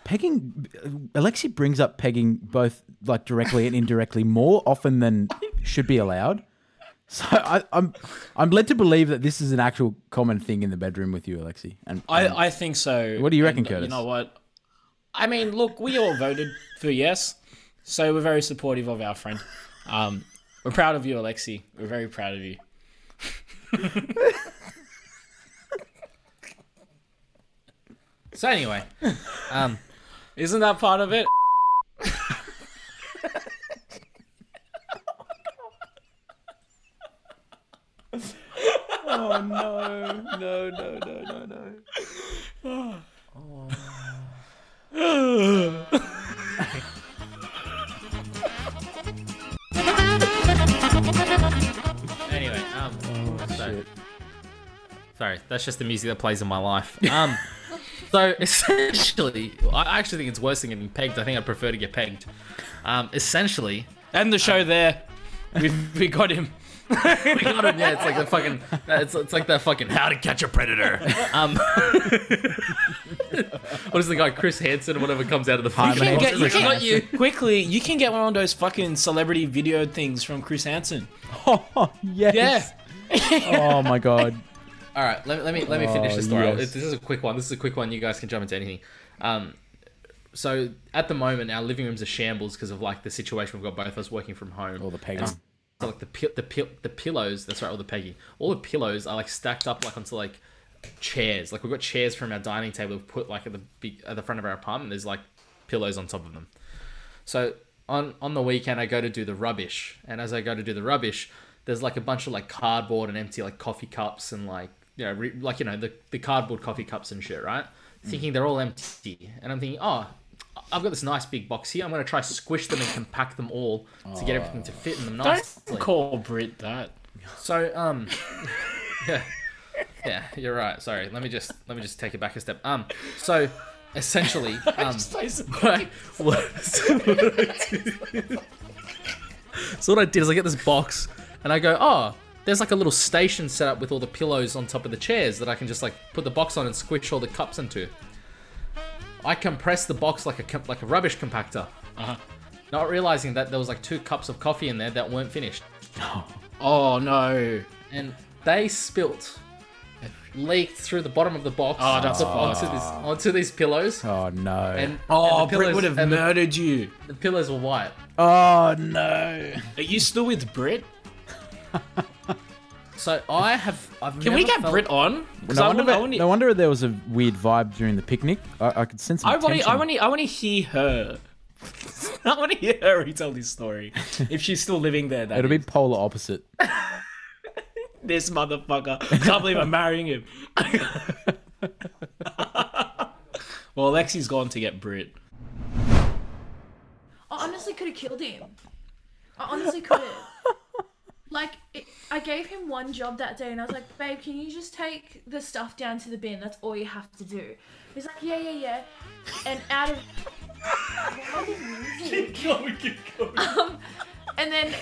pegging alexi brings up pegging both like directly and indirectly more often than should be allowed so I, i'm i'm led to believe that this is an actual common thing in the bedroom with you alexi and and I, I think so. What do you reckon, And, uh, Curtis? You know what? I mean, look, we all voted for yes, so we're very supportive of our friend. Um, we're proud of you, Alexi. We're very proud of you. So anyway, um, Isn't that part of it? Anyway, um, so- sorry, that's just the music that plays in my life. Um, So essentially, I actually think it's worse than getting pegged. I think I prefer to get pegged. Um, essentially, um, End the show there. We we got him. we got him. Yeah, it's like the fucking. It's, it's like that fucking How to Catch a Predator. Um, what is the guy Chris Hansen or whatever comes out of the fucking? man. You box? can get, you It's like, can, "I got you. quickly. You can get one of those fucking celebrity video things from Chris Hansen. Oh, Yeah, yes. Oh my god. All right, let, let me let me finish Oh, this story. yes. This is a quick one. This is a quick one. You guys can jump into anything. Um, so at the moment, our living room's a shambles because of like the situation we've got. Both of us working from home. All the pegging. And So, like the pi- the pi- the pillows. That's right. All the pegging. All the pillows are like stacked up like onto like chairs. Like we've got chairs from our dining table we've put like at the big, at the front of our apartment. There's like pillows on top of them. So on on the weekend, I go to do the rubbish, and as I go to do the rubbish, there's like a bunch of like cardboard and empty like coffee cups and like you know re, like you know the the cardboard coffee cups and shit, right? Mm. Thinking they're all empty, and I'm thinking, oh, I've got this nice big box here. I'm gonna try squish them and compact them all to get everything to fit in them nicely. Oh. don't call Brit that. So um, yeah, yeah, you're right. Sorry, let me just let me just take it back a step. Um, so essentially, um, what, what- so what I did- so what I did is I get this box and I go, oh, there's like a little station set up with all the pillows on top of the chairs that I can just like put the box on and squish all the cups into. I compress the box like a com- like a rubbish compactor, not realizing that there was like two cups of coffee in there that weren't finished, Oh no. and they spilt. Leaked through the bottom of the box Oh, that's onto, onto this, onto these pillows, Oh no. and Oh, and the Brit pillows- would have and the- murdered you. the pillows were white. oh no. Are you still with Brit? So I have. I've Can we get Brit on? 'Cause No I wonder, wanna- I wanna- no wonder there was a weird vibe during the picnic. I, I could sense some I want to. tension. I want to. I want to hear her. I want to hear her retell this story. If she's still living there, that It'll be is. polar opposite. this motherfucker. Can't believe I'm marrying him. well, Lexi's gone to get Brit. I honestly could have killed him. I honestly could have. like, it, I gave him one job that day and I was like, babe, can you just take the stuff down to the bin? That's all you have to do. He's like, yeah, yeah, yeah. And out of. Why the music? Um, and then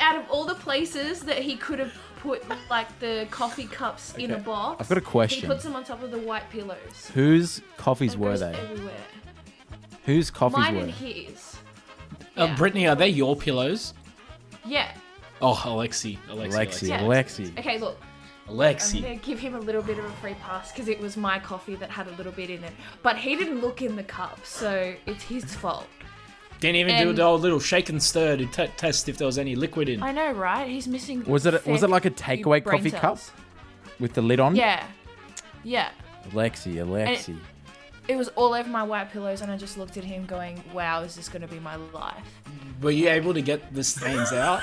out of all the places that he could have put, like, the coffee cups in a box, I've got a he question. puts them on top of the white pillows. Whose coffees It were goes they? Everywhere. Whose coffees Mine were and they? his. Uh, Brittany, are they your pillows? Yeah. Oh, Alexi. Alexi, Alexi. Alexi. Yeah. Alexi. Okay, look. I'm Alexi. gonna give him a little bit of a free pass because it was my coffee that had a little bit in it, but he didn't look in the cup, so it's his fault. Didn't even do And- the old little shake and stir to t- test if there was any liquid in. I know, right? He's missing. Was it- was it like a fair few takeaway brain coffee cells. With the lid on? Yeah, yeah. Alexi, Alexi. It was all over my white pillows, and I just looked at him, going, "Wow, is this gonna be my life?" Were you able to get the stains out?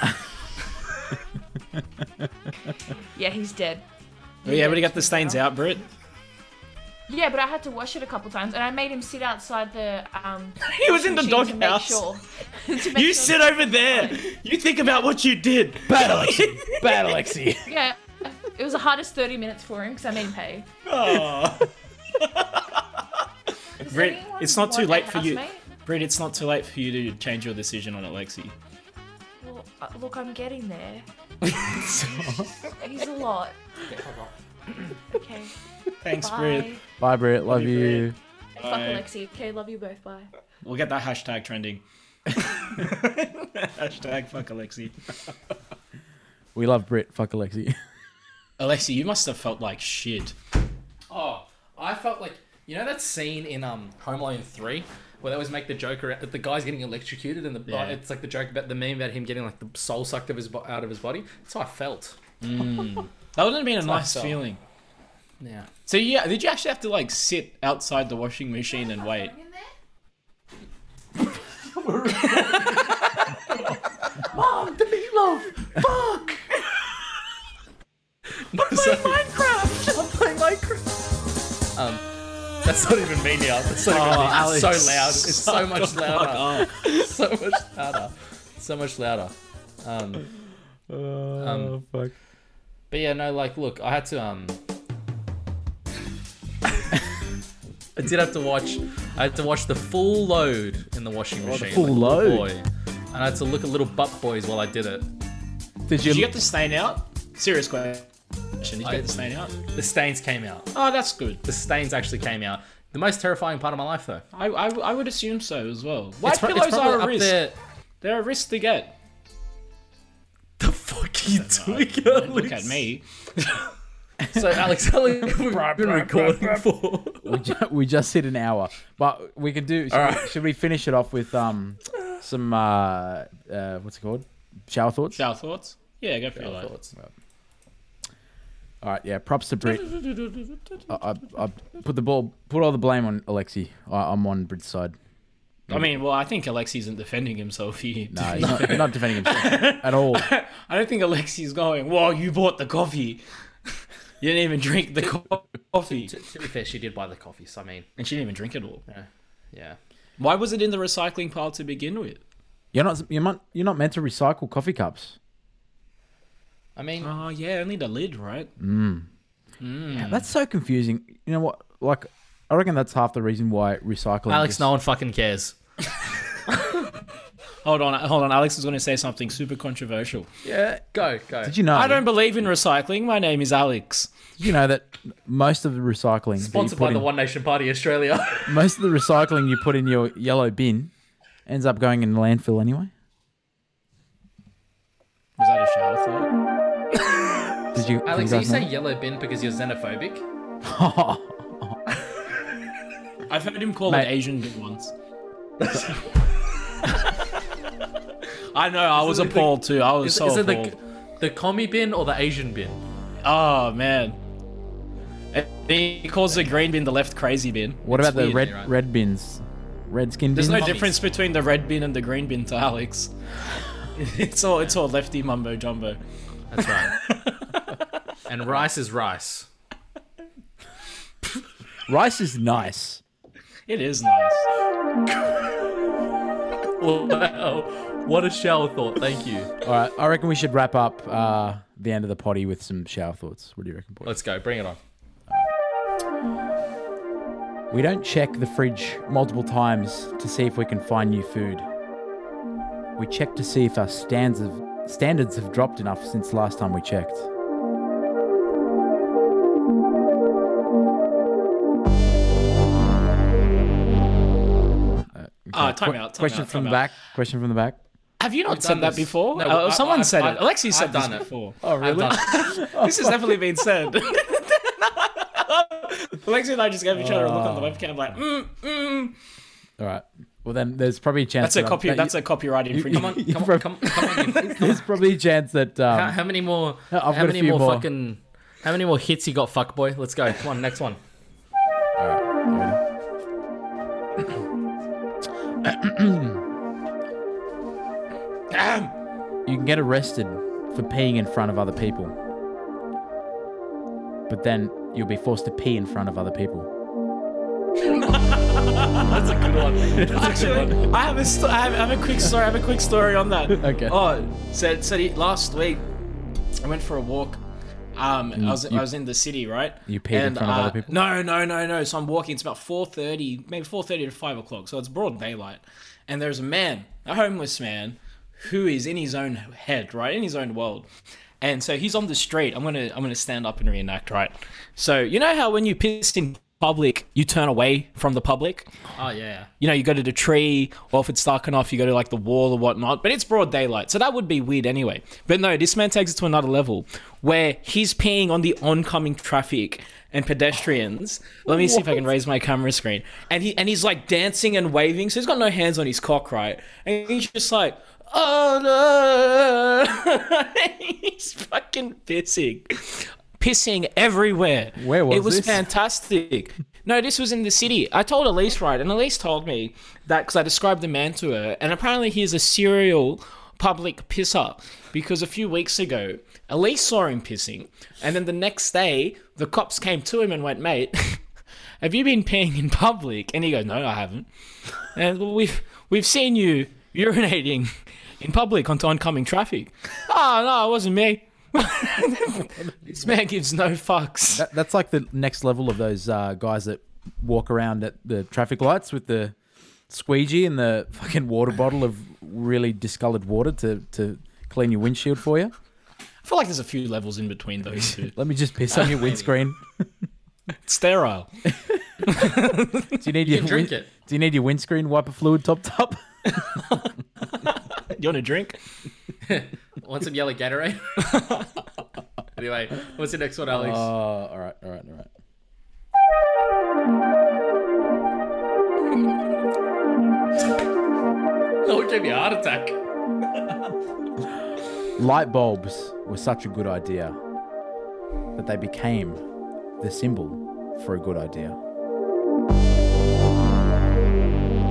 Yeah, he's dead. Were you able to get the stains out, Brit? Yeah, but I had to wash it a couple times, and I made him sit outside the. Um, He was in the machine to make doghouse. Sure, to make You sure- sit over there. You think about what you did. Bad Alexi. Bad Alexi. Yeah, it was the hardest thirty minutes for him because I made him pay. Oh. Does Brit, anyone it's not too want a late for you. housemate? Brit, it's not too late for you to change your decision on Alexi. Well, uh, look, I'm getting there. He's a lot. okay. Thanks, Bye. Brit. Bye, Britt. Love you, you. Fuck Bye. Alexi. Okay, love you both. Bye. We'll get that hashtag trending. hashtag fuck Alexi. We love Britt. Fuck Alexi. Alexi, you must have felt like shit. Oh, I felt like you know that scene in um Home Alone three where they always make the joke around the guy's getting electrocuted and the Yeah. it's like the joke about the meme about him getting like the soul sucked of his bo- out of his body. That's how I felt. That would have been a nice so. feeling. Yeah. So yeah, did you actually have to like sit outside the washing machine and wait? In there? That's not even me now. That's not even Oh, me. It's Alex, so loud. It's so suck much louder. so much louder. So much louder. Um, Oh, fuck. but yeah, no, like, look, I had to um. I did have to watch. I had to watch the full load in the washing Oh, machine. full like a load. little boy. and I had to look at little butt boys while I did it. Did you? Did you get the stain out? Serious question. Did you get the stain out? The stains came out. Oh, that's good. The stains actually came out. The most terrifying part of my life, though. I, I, I would assume so as well. White pro- pillows are probably a risk. They're a risk to get. The fuck are you doing, Alex? Look at me. So, Alex, how long have we been recording for? we, ju- we just hit an hour, but we can do. Should, we, right. should we finish it off with um some uh, uh what's it called? Shower thoughts. Shower thoughts? Yeah, go for your life. Thoughts? All right, yeah. Props to Brit. I, I, I put the ball, put all the blame on Alexi. I, I'm on Brit's side. I mean, well, I think Alexi isn't defending himself here. No, Uh, he's not, he's not defending himself at all. I don't think Alexi's going, whoa, you bought the coffee. you didn't even drink the co- coffee. To, to be fair, she did buy the coffee, so I mean, And she didn't even drink it all. yeah. Why was it in the recycling pile to begin with? You're not, you're not, you're not meant to recycle coffee cups. I mean, Oh, yeah, only the lid, right? That's so confusing. You know what? Like, I reckon that's half the reason why recycling. Alex, just- no one fucking cares. Hold on, hold on. Alex is going to say something super controversial. Yeah, go, go. Did you know? I don't believe in recycling. My name is Alex. Did you know that most of the recycling that you Sponsored put by the in- One Nation Party Australia. most of the recycling you put in your yellow bin ends up going in the landfill anyway. Was that a shower thought? Did you? Alex, are you did saying yellow bin because you're xenophobic? guys know? I've heard him call Mate. it Asian bit once. I know. I was it the- appalled too. I was Is, so is it appalled. the, the commie bin or the Asian bin? Oh man. And He calls the green bin the left crazy bin. What It's about the weird. red right? red bins? Red skin There's bins. no difference between the red bin and the green bin to Alex. It's all it's all lefty mumbo jumbo. That's right. and rice is rice. Rice is nice. It is nice. Wow. What a shower thought. Thank you. All right, I reckon we should wrap up uh, the end of the potty with some shower thoughts. What do you reckon, boys? Let's go. Bring it on. We don't check the fridge multiple times to see if we can find new food. We check to see if our stands of, standards have dropped enough since last time we checked. Ah, time out. Time Question out, from time the out. back. Question from the back. Have you not I've said done that this. before? No, Uh, I- someone I- said I've- it. Alexi I've said this done it. before. Oh, really? I've done it. This has definitely been said. Alexi and I just gave each other a look on Ah. the webcam, like, mm, All right. Well, then there's probably a chance. that's a that copy. I'm- That's a copyright Come infringement. on, come on, come, come on. you- There's probably a chance that. Um, How, how many more? I've got how a many few more, more. fucking? How many more hits you got, fuckboy? Let's go. Come on, next one. You can get arrested for peeing in front of other people. But then you'll be forced to pee in front of other people. That's a good one. Actually, I have a sto- I have, I have a quick story. I have a quick story on that. Okay. Oh, said said he, last week, I went for a walk. Um, I was you- I was in the city, right? uh, you peed in front of other people? No, no, no, no. So I'm walking. It's about four thirty, maybe four thirty to five o'clock. So it's broad daylight, and there's a man, a homeless man, who is in his own head, right, in his own world. And so he's on the street. I'm gonna I'm gonna stand up and reenact, right? So you know how when you piss in public, you turn away from the public Oh yeah. you know, you go to the tree, or if it's dark enough, you go to like the wall or whatnot. But it's broad daylight, so that would be weird anyway. But no, this man takes it to another level where he's peeing on the oncoming traffic and pedestrians. Let me see if I can raise my camera screen. And he and he's like dancing and waving, so he's got no hands on his cock, right? And he's just like, oh no, he's fucking pissing, pissing everywhere. Where was it? Was this? fantastic fantastic. No, this was in the city. I told Elise, right, and Elise told me that because I described the man to her, and apparently he is a serial public pisser because a few weeks ago, Elise saw him pissing, and then the next day, the cops came to him and went, mate, have you been peeing in public? And he goes, no, I haven't. And well, we've, we've seen you urinating in public onto oncoming traffic. Oh, no, it wasn't me. this man gives no fucks. That, that's like the next level of those uh, guys that walk around at the traffic lights with the squeegee and the fucking water bottle of really discolored water to, to clean your windshield for you. I feel like there's a few levels in between those two. Let me just piss on your windscreen. It's sterile. Do you need your can drink it. Do you need your windscreen wiper fluid topped up? You want a drink? Want some yellow Gatorade? anyway, what's the next one, Alex? Oh, all right, all right, all right. oh, it gave me a heart attack. Light bulbs were such a good idea that they became the symbol for a good idea.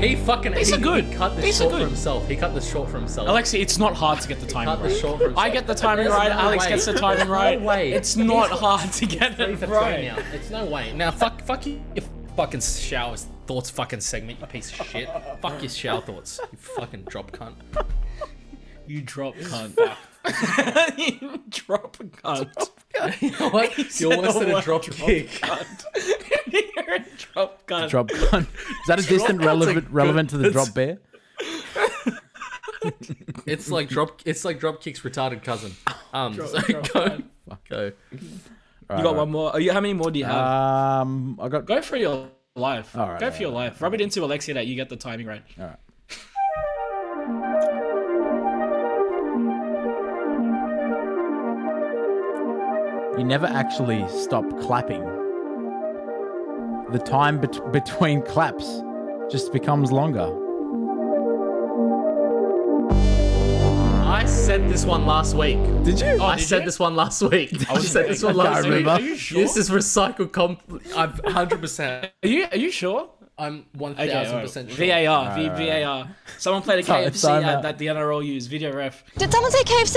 He fucking. These he, are good. He cut this These are short good. for himself. He cut this short for himself. Alexi, it's not hard to get the he cut timing this right. short for himself. I get the timing There's right. no Alex way. gets the timing right. way. It's not hard to get it That's right now. It's no way. Now, fuck, fuck you. Your fucking showers thoughts fucking segment. You piece of shit. Fuck your shower thoughts. You fucking drop cunt. You drop cunt. you drop cunt. What? You're worse than a drop kick. Cunt. You're a drop cunt. Drop gun. Is that a distant relevant relevant to the drop bear? It's like drop. It's like drop kicks retarded cousin. Um. so go. Go. All You got right, one more. Are you, how many more do you have? all right. Um, I got. Go for your life. All right, Go all for right, your life. Rub it into Alexia that you get the timing right. All right. You never actually stop clapping. The time bet- between claps just becomes longer. I said this one last week. Did you? I Oh, did said you? Oh, this one last week. I said this one I can't last week. remember. Are you sure? This is recycled comp. I'm 100. percent Are you are you sure? I'm 1,000 Okay, alright. percent sure. VAR, V- VAR. Someone played a Time- KFC time ad out. that the NRL used. Video ref. Did someone say KFC?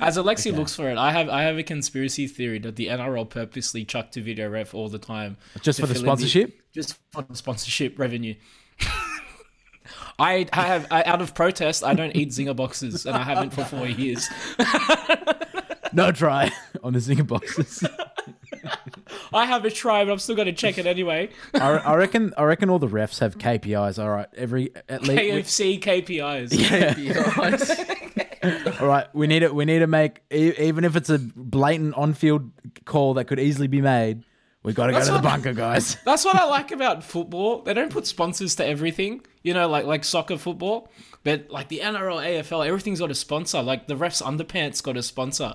As Alexi looks for it, I have I have a conspiracy theory that the NRL purposely chucked to video ref all the time, Just to for the fill in sponsorship? just for the sponsorship revenue. I, I have I, out of protest. I don't eat zinger boxes, and I haven't for four years. No try on the zinger boxes. I have a try, but I'm still going to check it anyway. I, I reckon. I reckon all the refs have KPIs. All right, every at least. KFC KPIs. All right, we need it. We need to make e- even if it's a blatant on-field call that could easily be made. We got to go That's to the what- bunker, guys. That's what I like about football. They don't put sponsors to everything, you know, like like soccer football. But like the NRL, AFL, everything's got a sponsor. Like the ref's underpants got a sponsor.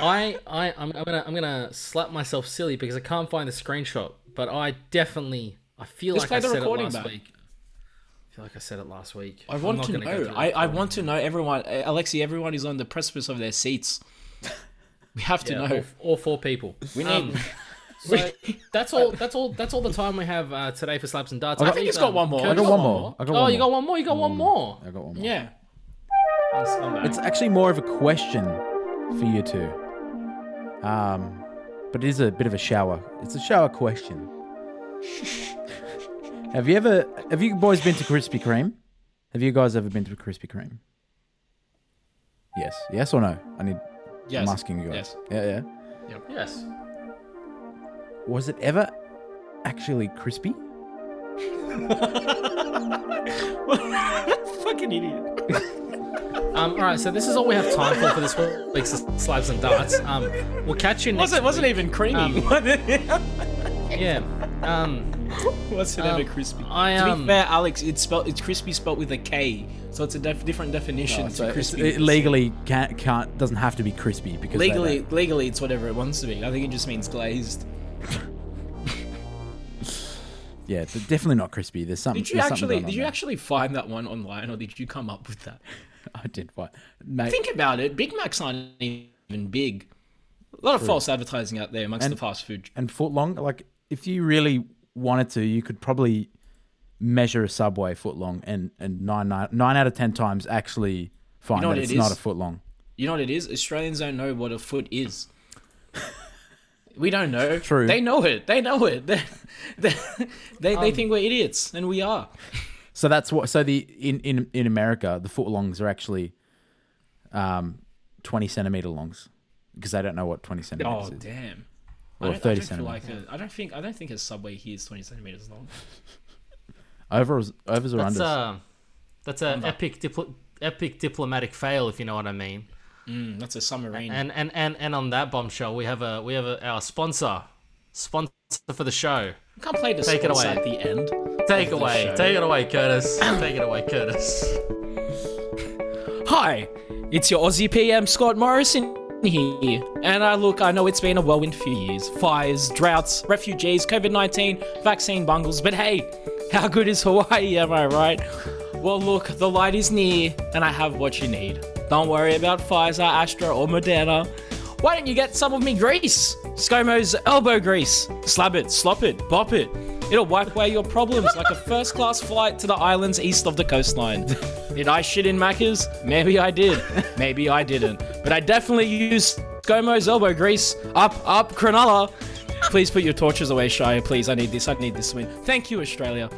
I, I, I'm, I'm gonna, I'm gonna slap myself silly because I can't find the screenshot. But I definitely, I feel Just like I play the said it recording last back. week. I feel like I said it last week. I want to know. I, I want to know everyone. Uh, Alexi, everyone is on the precipice of their seats. We have to know. all, all four people. We need. Um, so that's all. That's all. That's all the time we have uh, today for slaps and darts. I think he's got one more. I got He's one more. I got oh, one you got one more. You got Mm. one more. I got one more. Yeah. I'm scumbag. It's actually more of a question for you two. Um, but it is a bit of a shower. It's a shower question. have you ever? Have you boys been to Krispy Kreme? Have you guys ever been to Krispy Kreme? Yes. Yes or no? I need. Yes. I'm asking you guys. Yeah, Yes. yeah. yes. Was it ever actually crispy? Fucking idiot. Um. All right. So this is all we have time for for this week's slaps and darts. Um. We'll catch you next. Wasn't wasn't even creamy. Um, Yeah. Um. wasn't ever crispy. I, to be um, fair, Alex, it's spelled it's crispy spelled with a K, so it's a def- different definition So to it's- crispy. it legally can't, can't doesn't have to be crispy because they Legally, don't. legally, it's whatever it wants to be. I think it just means glazed. yeah, they're definitely not crispy. There's something. Did you there's something actually? going on Did you there. actually find that one online, or did you come up with that? I did what? Mate, Think about it. Big Macs aren't even big. A lot of false advertising out there amongst the fast food. and foot long. Like if you really wanted to, you could probably measure a subway foot long, and and nine nine, nine out of ten times actually find know that what it's it not is? a foot long. You know what it is? Australians don't know what a foot is. We don't know. True. They know it. They know it. They they, they, Um, they think we're idiots, and we are. So that's what. So the in in in America, the footlongs are actually, um, twenty centimeter longs because I don't know what twenty centimeters Oh is. damn. Or I don't, 30 I don't feel like centimeters. a, I don't think I don't think a subway here is twenty centimeters long. Overs, overs or That's uh, unders? a that's a epic dipl- epic diplomatic fail, if you know what I mean. Mm, that's a submarine. And and and and on that bombshell, we have a we have a, our sponsor sponsor for the show. you can't play the Take it sponsor away. at the end. Take the away, show. take it away, Curtis. take it away, Curtis. Hi, it's your Aussie PM Scott Morrison here. And I look, I know it's been a whirlwind few years fires, droughts, refugees, COVID 19, vaccine bungles. But hey, how good is Hawaii, am I right? Well, look, the light is near, and I have what you need. Don't worry about Pfizer, Astra, or Moderna. Why don't you get some of me grease? ScoMo's elbow grease. Slab it, slop it, bop it. It'll wipe away your problems like a first class flight to the islands east of the coastline. Did I shit in Macca's? Maybe I did. Maybe I didn't. But I definitely used ScoMo's elbow grease. Up, up, Cronulla. Please put your torches away, Shire. Please, I need this. I need this win. Thank you, Australia.